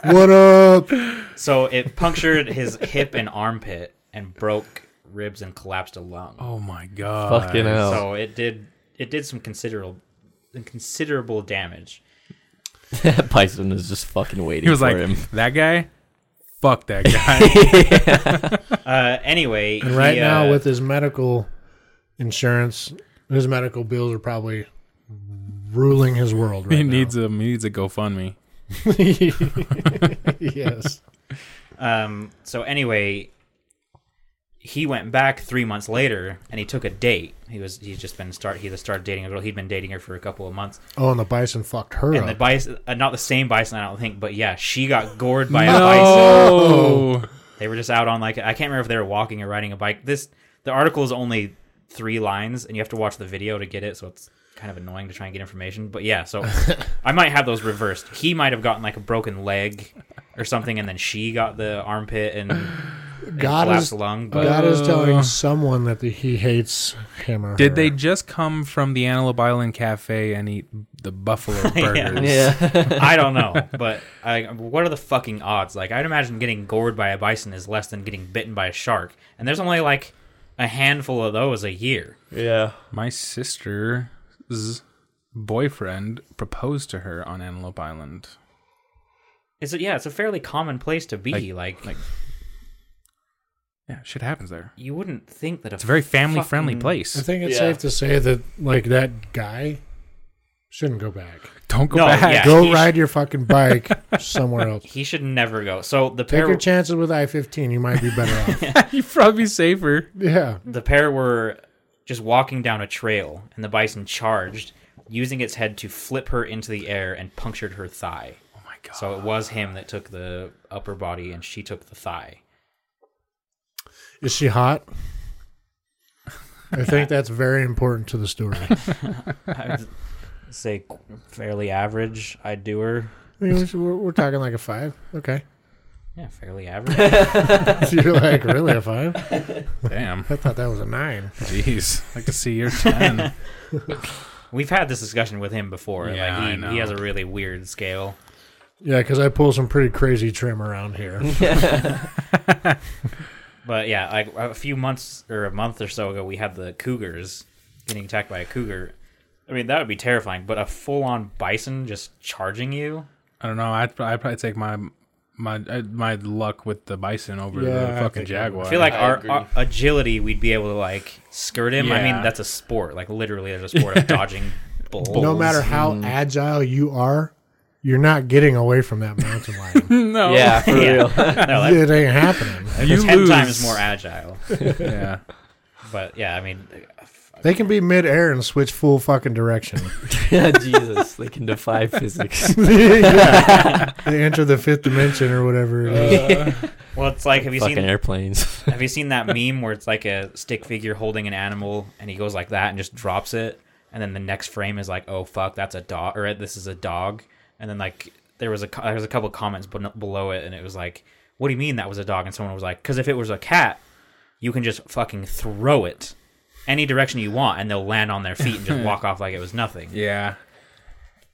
S1: what up?
S4: So it punctured his hip and armpit and broke ribs and collapsed a lung.
S2: Oh my god.
S3: Fucking hell.
S4: So it did it did some considerable considerable damage.
S3: That bison is just fucking waiting
S2: He was
S3: for
S2: like
S3: him.
S2: that guy. Fuck that guy.
S4: Uh, anyway,
S1: And right
S4: he,
S1: now,
S4: uh,
S1: with his medical insurance, his medical bills are probably ruling his world. Right
S2: he
S1: now.
S2: needs a he needs a GoFundMe.
S1: yes.
S4: Um, so anyway, he went back three months later and he took a date. He was he's just been start he just started dating a girl. He'd been dating her for a couple of months,
S1: Oh, and the bison fucked her
S4: and the
S1: up.
S4: bison uh, not the same bison I don't think, but yeah, she got gored by a bison.
S2: No.
S4: They were just out on like I can't remember if they were walking or riding a bike. This the article is only three lines, and you have to watch the video to get it, so it's kind of annoying to try and get information. But yeah, so I might have those reversed. He might have gotten like a broken leg or something, and then she got the armpit and, and
S1: God is-
S4: collapsed lung. But
S1: God is telling someone that the, he hates him or
S2: Did
S1: her.
S2: they just come from the Antelope Island Cafe and eat the buffalo burgers?
S4: I don't know. But I, what are the fucking odds? Like I'd imagine getting gored by a bison is less than getting bitten by a shark, and there's only like a handful of those a year.
S3: Yeah.
S2: My sister's boyfriend proposed to her on Antelope Island.
S4: It's a, yeah, it's a fairly common place to be. like
S2: Yeah, shit happens there.
S4: you wouldn't think that
S2: It's a very family friendly
S1: I
S2: place.
S1: think it's
S3: Yeah.
S1: safe to say that like that guy shouldn't go back.
S2: Don't go
S4: No,
S2: back.
S4: yeah.
S1: Go
S4: he sh-
S1: ride your fucking bike somewhere else.
S4: He should never go. So the
S1: Take
S4: pair,
S1: your chances with I fifteen. You might be better off.
S2: You'd probably be safer.
S1: Yeah,
S4: the pair were just walking down a trail, and the bison charged, using its head to flip her into the air and punctured her thigh.
S2: Oh my god.
S4: So it was him that took the upper body, and she took the thigh.
S1: is she hot? I think that's very important to the story. I
S4: I would say fairly average. I'd do her.
S1: mean, we're- we're, we're talking like a five. Okay,
S4: Yeah, fairly average.
S1: you're like really a five?
S2: Damn.
S1: I thought that was a nine.
S2: Jeez. I could see your 10.
S4: We've had this discussion with him before.
S2: Yeah,
S4: like he,
S2: I know.
S4: he has a really weird scale.
S1: Yeah, because I pull some pretty crazy trim around here.
S4: But yeah, like a few months or a month or so ago, we had the cougars getting attacked by a cougar. I mean, that would be terrifying. But a full-on bison just charging you,
S2: I don't know. I'd, I'd probably take my my uh, my luck with the bison over
S1: Yeah, I
S2: the fucking
S1: think I would.
S2: jaguar.
S4: I feel like
S3: I
S4: our,
S3: agree.
S4: our agility, we'd be able to like skirt him. I
S2: Yeah.
S4: mean, that's a sport. Like literally, there's a sport of dodging bulls.
S1: No matter how
S4: Mm.
S1: agile you are, you're not getting away from that mountain lion.
S2: no.
S3: Yeah, for
S4: Yeah.
S3: real.
S4: No, that-
S1: it ain't happening.
S2: You
S4: ten
S2: lose.
S4: times more agile.
S2: Yeah.
S4: But yeah, I mean,
S1: They can be midair and switch full fucking direction.
S3: yeah, Jesus. They can defy physics.
S1: yeah. They enter the fifth dimension or whatever it is.
S4: well, it's like have you
S3: Fucking
S4: seen
S3: airplanes.
S4: have you seen that meme where it's like a stick figure holding an animal and he goes like that and just drops it and then the next frame is like oh fuck that's a dog or this is a dog and then like there was a co- there was a couple comments ben- below it and it was like what do you mean that was a dog and someone was like cuz if it was a cat you can just fucking throw it any direction you want and they'll land on their feet and just walk off like it was nothing
S2: Yeah.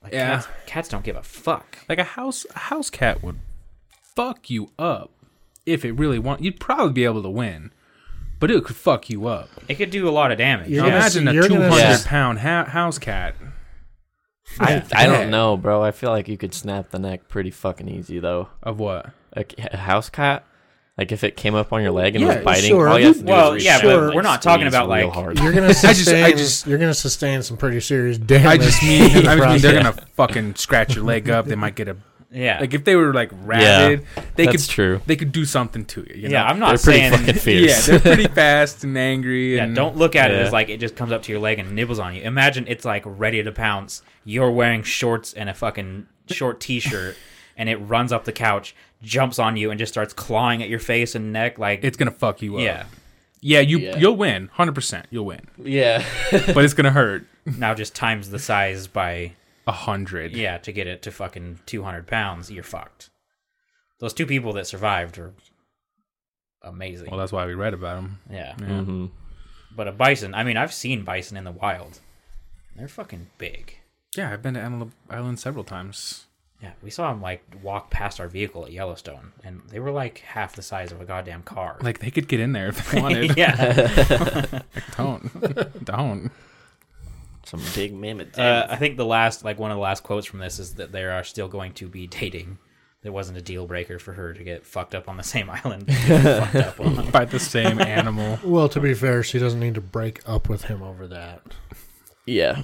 S4: like
S2: yeah.
S4: cats, cats don't give a fuck
S2: Like a house a house cat would fuck you up if it really want. You'd probably be able to win, but it could fuck you up.
S4: it could do a lot of damage
S1: You're gonna
S2: Imagine
S1: see-
S2: a
S1: you're
S2: two
S1: gonna
S2: hundred
S3: see-
S2: pound ha- house cat.
S3: I, I
S2: Yeah.
S3: don't know, bro. I feel like you could snap the neck pretty fucking easy, though.
S2: Of what?
S3: A, c- a house cat? Like if it came up on your leg and
S1: Yeah,
S3: was biting,
S1: sure.
S3: all you have to do
S4: Well,
S3: is reach
S4: yeah,
S3: out
S4: but
S3: and, like,
S4: we're not talking
S3: squeeze
S4: about,
S3: real
S4: like-
S3: hard.
S1: You're gonna sustain.
S2: just- I just-
S1: you're gonna sustain some pretty serious damage.
S2: I just mean,
S1: in the
S2: I just mean they're
S1: process.
S2: gonna fucking scratch your leg up. They might get a
S4: yeah
S2: like if they were like rabid. they
S3: that's
S2: could
S3: true.
S2: they could do something to you. you
S4: yeah
S2: know?
S4: i'm
S3: They're
S4: not
S3: pretty
S4: saying
S3: fucking
S2: yeah,
S3: fierce.
S2: they're pretty fast and angry.
S4: Yeah,
S2: and
S4: don't look at it
S3: Yeah.
S4: as like it just comes up to your leg and nibbles on you. Imagine it's like ready to pounce. You're wearing shorts and a fucking short t-shirt, and it runs up the couch, jumps on you, and just starts clawing at your face and neck. Like
S2: It's gonna fuck you up.
S4: yeah,
S2: yeah. You
S3: Yeah.
S2: you'll win, hundred percent. You'll win,
S3: yeah.
S2: but it's gonna hurt
S4: now just times the size by
S2: a hundred.
S4: yeah to get it to fucking two hundred pounds. You're fucked. Those two people that survived are amazing.
S2: Well, that's why we read about them.
S4: yeah.
S3: hmm
S4: but a bison. I mean, I've seen bison in the wild. They're fucking big.
S2: Yeah, I've been to Antelope Island several times.
S4: Yeah, we saw them like walk past our vehicle at Yellowstone, and they were like half the size of a goddamn car.
S2: Like they could get in there if they wanted.
S4: yeah,
S2: Don't, don't.
S3: Some big mammoth.
S4: uh, I think the last, like one of the last quotes from this is that they are still going to be dating. It wasn't a deal breaker for her to get fucked up on the same island. that she was fucked up on.
S2: By the same animal.
S1: Well, to be fair, she doesn't need to break up with him over that.
S3: yeah.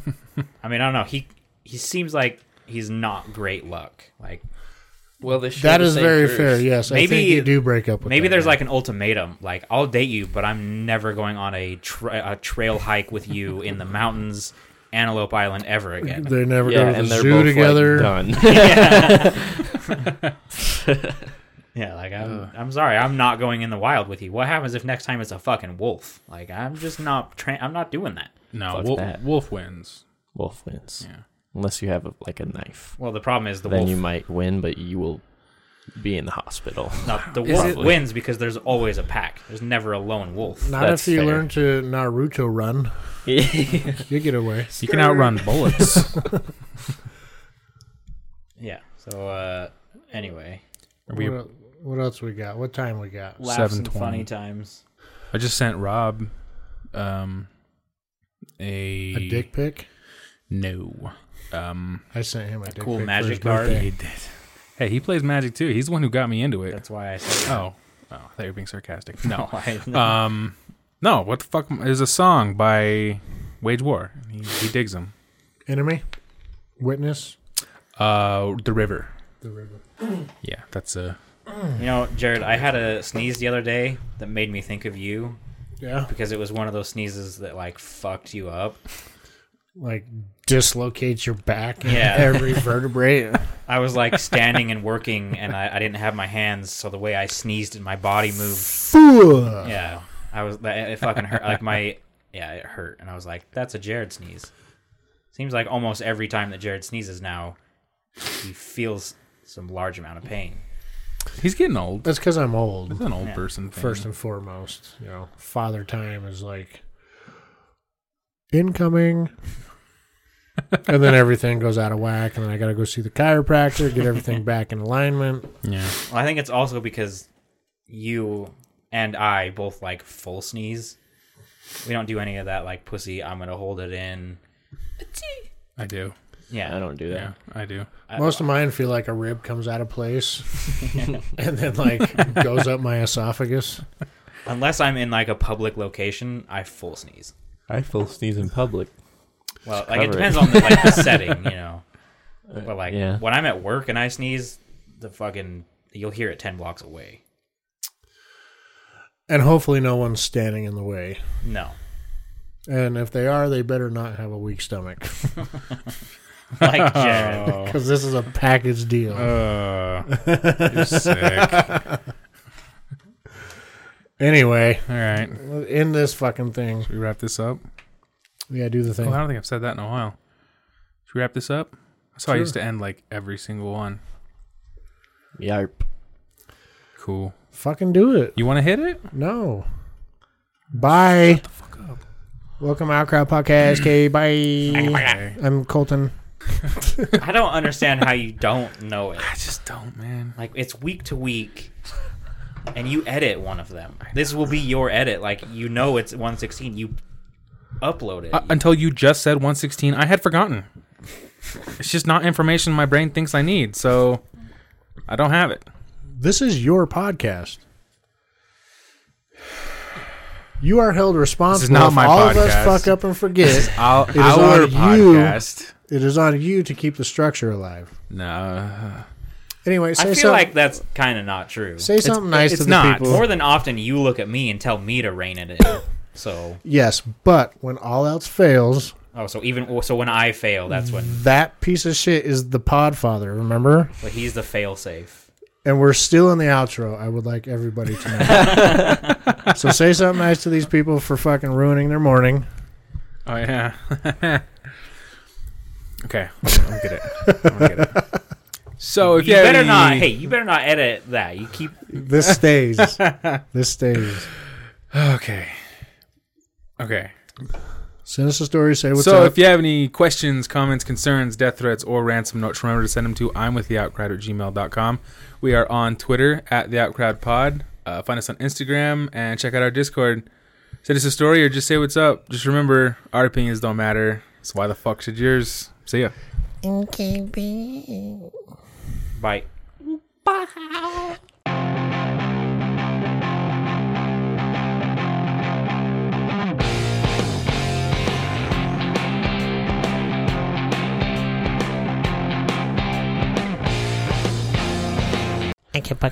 S4: I mean, I don't know. He he seems like he's not great luck. Like
S3: Well, they share
S1: That
S3: the
S1: is
S3: same
S1: very
S3: curse.
S1: fair. Yes, I
S4: Maybe-
S1: think you do break up with.
S4: Maybe
S1: that
S4: there's
S1: guy.
S4: like an ultimatum, like I'll date you, but I'm never going on a, tra- a trail hike with you in the mountains, Antelope Island ever again.
S1: they never
S3: Yeah,
S1: go to
S3: and
S1: the
S3: they're
S1: zoo
S3: both
S1: together.
S3: Like, done.
S4: Yeah, like I'm, I'm sorry, I'm not going in the wild with you. What happens if next time it's a fucking wolf? Like I'm just not, tra- I'm not doing that.
S2: No,
S3: Fuck
S2: Wolf,
S3: that.
S2: Wolf wins.
S3: Wolf wins,
S2: Yeah.
S3: unless you have a, like a knife.
S4: Well, the problem is the
S3: then
S4: wolf.
S3: you might win, but you will be in the hospital.
S4: not, the
S2: Is
S4: wolf
S2: it-
S4: wins because there's always a pack. There's never a lone wolf.
S1: Not
S3: That's
S1: if you
S3: fair.
S1: learn to Naruto run, you get away.
S2: You can outrun bullets.
S4: Yeah. So uh, anyway,
S2: we-
S1: what, what else we got? What time we got?
S4: laughs and
S2: 720.
S4: funny times.
S2: I just sent Rob um a,
S1: A dick pic.
S2: No. Um
S1: I sent him a, dick
S4: cool
S1: pic for
S4: magic
S1: his
S4: card.
S1: birthday.
S2: he did. Hey, he plays Magic too. He's the one who got me into it.
S4: That's why I said
S2: oh. Oh, I thought you were being sarcastic. No.
S4: I,
S3: Uh.
S2: um no, what the fuck is a song by Wage War. He, he digs them.
S1: Enemy, witness,
S2: Uh The River.
S1: the river.
S2: Yeah, that's a
S4: you know, Jared, I had a sneeze the other day that made me think of you
S1: Yeah,
S4: because it was one of those sneezes that like fucked you up.
S1: like dislocates your back. and
S4: Yeah.
S1: every vertebrae.
S4: I was like standing and working, and I, I didn't have my hands, so the way I sneezed and my body moved.
S3: Oh,
S1: Ugh.
S4: Yeah, I was. that- It fucking hurt. Like my, yeah, it hurt, and I was like, "That's a Jared sneeze." Seems like almost every time that Jared sneezes now, he feels some large amount of pain.
S2: He's getting old.
S1: That's because I'm old.
S2: It's an old person thing.
S1: First and foremost, you know, father time is like incoming. and then everything goes out of whack, and then I got to go see the chiropractor, get everything back in alignment.
S2: Yeah.
S4: Well, I think it's also because you and I both like full sneeze. We don't do any of that like pussy. I'm gonna hold it in.
S2: I do.
S4: Yeah,
S3: I don't do that.
S2: Yeah, I do.
S1: Most of mine feel like a rib comes out of place and then, like, goes up my esophagus.
S4: unless I'm in like a public location, I full sneeze.
S3: I full sneeze in public.
S4: Well, like
S3: cover
S4: it
S3: it. Uh,
S4: depends on the, like the setting, you know. But like
S3: yeah.
S4: when I'm at work and I sneeze, the fucking you'll hear it ten blocks away.
S1: And hopefully, no one's standing in the way.
S4: No,
S1: And if they are, they better not have a weak stomach
S4: like Jared.
S1: because this is a package deal.
S2: Uh, you're sick.
S1: anyway,
S2: All right.
S1: in this fucking thing,
S2: Should we wrap this up?
S1: yeah, do the
S2: Well, I
S1: thing.
S2: don't think I've said that in a while. Should we wrap this up? That's how I used to end like every single one.
S3: Yarp.
S2: Cool.
S1: Fucking do it.
S2: You want to hit it?
S1: No. Bye. Welcome Outcrowd Podcast. Okay, bye.
S2: Okay.
S1: I'm Colton.
S4: I don't understand how you don't know it.
S2: I just don't, man.
S4: Like it's week to week, and you edit one of them. This will be your edit. Like you know it's one sixteen. You upload it.
S2: Uh, until you just said 116, I had forgotten. It's just not information my brain thinks I need, so I don't have it.
S1: This is your podcast. You are held responsible.
S2: not
S1: if
S2: my
S1: all of
S2: podcast.
S1: us fuck up and forget.
S2: I'll,
S1: is on
S2: our
S1: you.
S2: podcast.
S1: it is on you to keep the structure alive.
S2: No,
S1: Anyway, say
S4: I feel
S1: something.
S4: like that's kind of not true.
S1: say something nice
S2: it's
S1: to the
S2: not.
S1: people.
S4: More than often, you look at me and tell me to rein it in. So,
S1: yes, but when all else fails,
S4: oh, so even so, when I fail, that's when
S1: that piece of shit is the Podfather. Remember?
S4: But he's the fail safe.
S1: and we're still in the outro. I would like everybody to know. so say something nice to these people for fucking ruining their morning.
S2: Oh yeah. okay, I'm gonna get it. I'm gonna get it. So if
S4: You
S2: you have
S4: better
S2: any-
S4: not. Hey, you better not edit that. You keep.
S1: This stays. this stays.
S2: Okay. Okay.
S1: Send us a story. Say what's
S2: so
S1: up.
S2: if you have any questions, comments, concerns, death threats, or ransom notes, remember to send them to I'm with the outcrowd at gmail.com. We are on Twitter at the outcrowd pod. Uh, find us on Instagram and check out our Discord. Send us a story or just say what's up. Just remember, our opinions don't matter. So why the fuck should yours? See ya.
S4: Bye.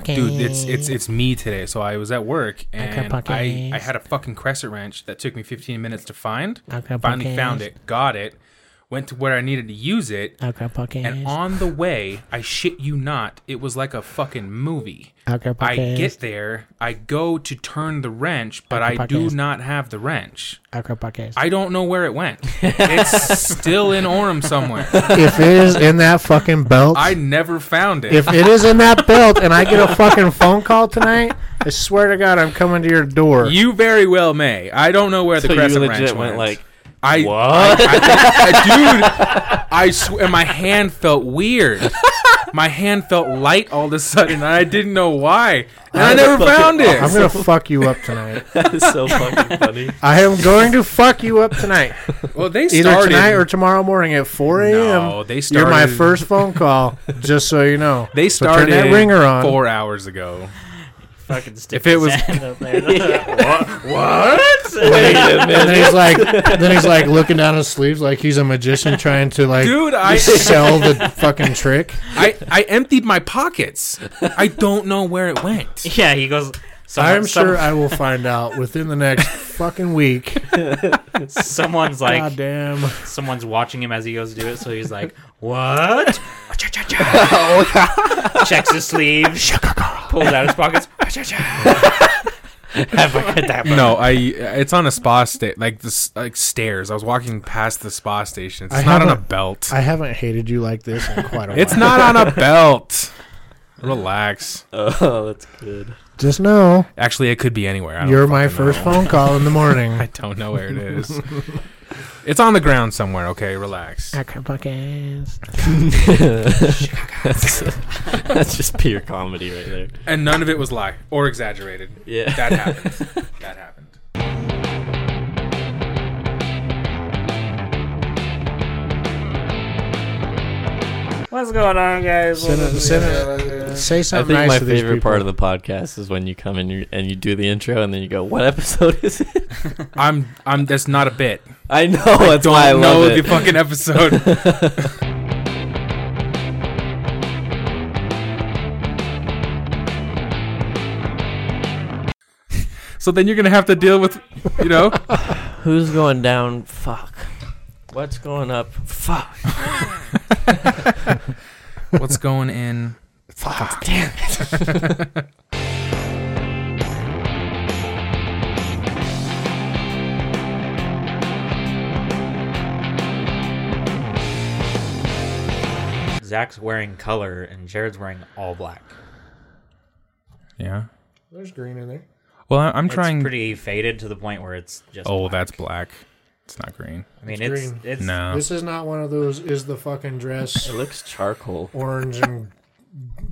S2: dude, it's it's it's me today. So I was at work and I, I had a fucking crescent wrench that took me 15 minutes to find. Finally found it, got it, went to where I needed to use it, and on the way, I shit you not, it was like a fucking movie. I get there, I go to turn the wrench, but I do not have the wrench. I don't know where it went. It's still in Orem somewhere.
S1: if it is in that fucking belt,
S2: I never found it.
S1: if it is in that belt, and I get a fucking phone call tonight, I swear to God, I'm coming to your door.
S2: You very well may. I don't know where the
S3: So you
S2: crescent
S3: legit
S2: wrench
S3: went like,
S2: I,
S3: "What?"
S2: I- I- dude, I swear, my hand felt weird. My hand felt light all of a sudden, and I didn't know why. And I never found it.
S1: I'm gonna fuck you up tonight.
S3: that is so fucking funny.
S1: I am going to fuck you up tonight,
S2: well, they
S1: either
S2: started.
S1: tonight or tomorrow morning at 4 a.m.
S2: no, they started.
S1: You're my first phone call, just so you know.
S2: They
S1: So turn
S2: started
S1: that ringer on.
S2: four hours ago.
S4: Fucking stick
S2: If it was,
S1: And then he's like, then he's like looking down his sleeves like he's a magician trying to like
S2: dude, I,
S1: sell the fucking trick.
S2: I, I emptied my pockets. I don't know where it went.
S4: yeah, he goes. Someone,
S1: I'm sure I will find out within the next fucking week.
S4: someone's like
S1: God damn.
S4: someone's watching him as he goes to do it, so he's like, "What?" Checks his sleeve, pulls out his pockets.
S2: No, I. It's on a spa state, like this, like stairs. I was walking past the spa station. It's
S1: I
S2: not on a
S1: haven't-
S2: belt.
S1: I haven't hated you like this in quite a while.
S2: it's not on a belt. Relax.
S3: Oh, that's good.
S1: Just know
S2: Actually, it could be anywhere. I don't
S1: you're my
S2: fucking
S1: first
S2: know.
S1: phone call in the
S2: I
S1: morning.
S2: don't know where it is. it's on the ground somewhere. Okay, relax.
S3: that's, that's just pure comedy right there.
S2: And none of it was lie or exaggerated.
S3: Yeah.
S2: That happened. that happened.
S4: What's going on, guys?
S1: Send it- send it- say
S3: I
S1: something
S3: think
S1: nice
S3: my
S1: to these
S3: favorite part of
S1: people.
S3: the podcast is when you come in you- and you do the intro and then you go, "What episode is it?"
S2: I'm. I'm. That's not a bit.
S3: I know that's why I
S2: don't
S3: love
S2: know
S3: it.
S2: the fucking episode. so then you're gonna have to deal with, you know,
S3: Who's going down? Fuck. What's going up? Fuck.
S2: what's going in.
S3: Fuck. Damn it.
S4: Zach's wearing color and Jared's wearing all black.
S2: Yeah.
S1: There's green in there.
S2: Well, I- I'm
S4: It's
S2: trying.
S4: pretty faded to the point where it's just.
S2: oh, that's black. It's not green.
S4: I mean,
S1: it's
S4: it's
S1: green.
S4: it's
S2: No.
S1: This is not one of those is the fucking dress
S2: Oh.
S3: It looks charcoal.
S1: orange and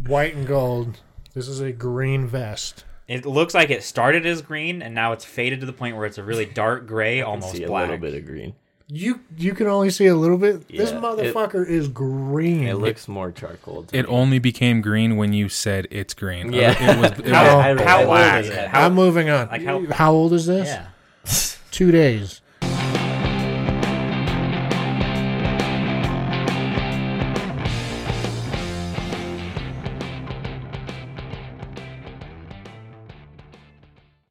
S1: white and gold. This is a green vest.
S4: it looks like it started as green and now it's faded to the point where it's a really dark gray, almost
S3: See a
S4: black.
S3: little bit of green.
S1: You you can only see a little bit. this
S3: Yeah, it-
S1: motherfucker is green.
S3: It looks more charcoal. to
S2: It
S3: me.
S2: only became green when you said it's green. Uh,
S3: Yeah.
S2: It was. It
S4: How,
S2: was
S1: I-
S4: how
S3: I-
S4: old
S3: I-
S4: is it? How,
S1: I'm moving on.
S4: like how-
S1: old is this?
S4: yeah.
S1: Two days.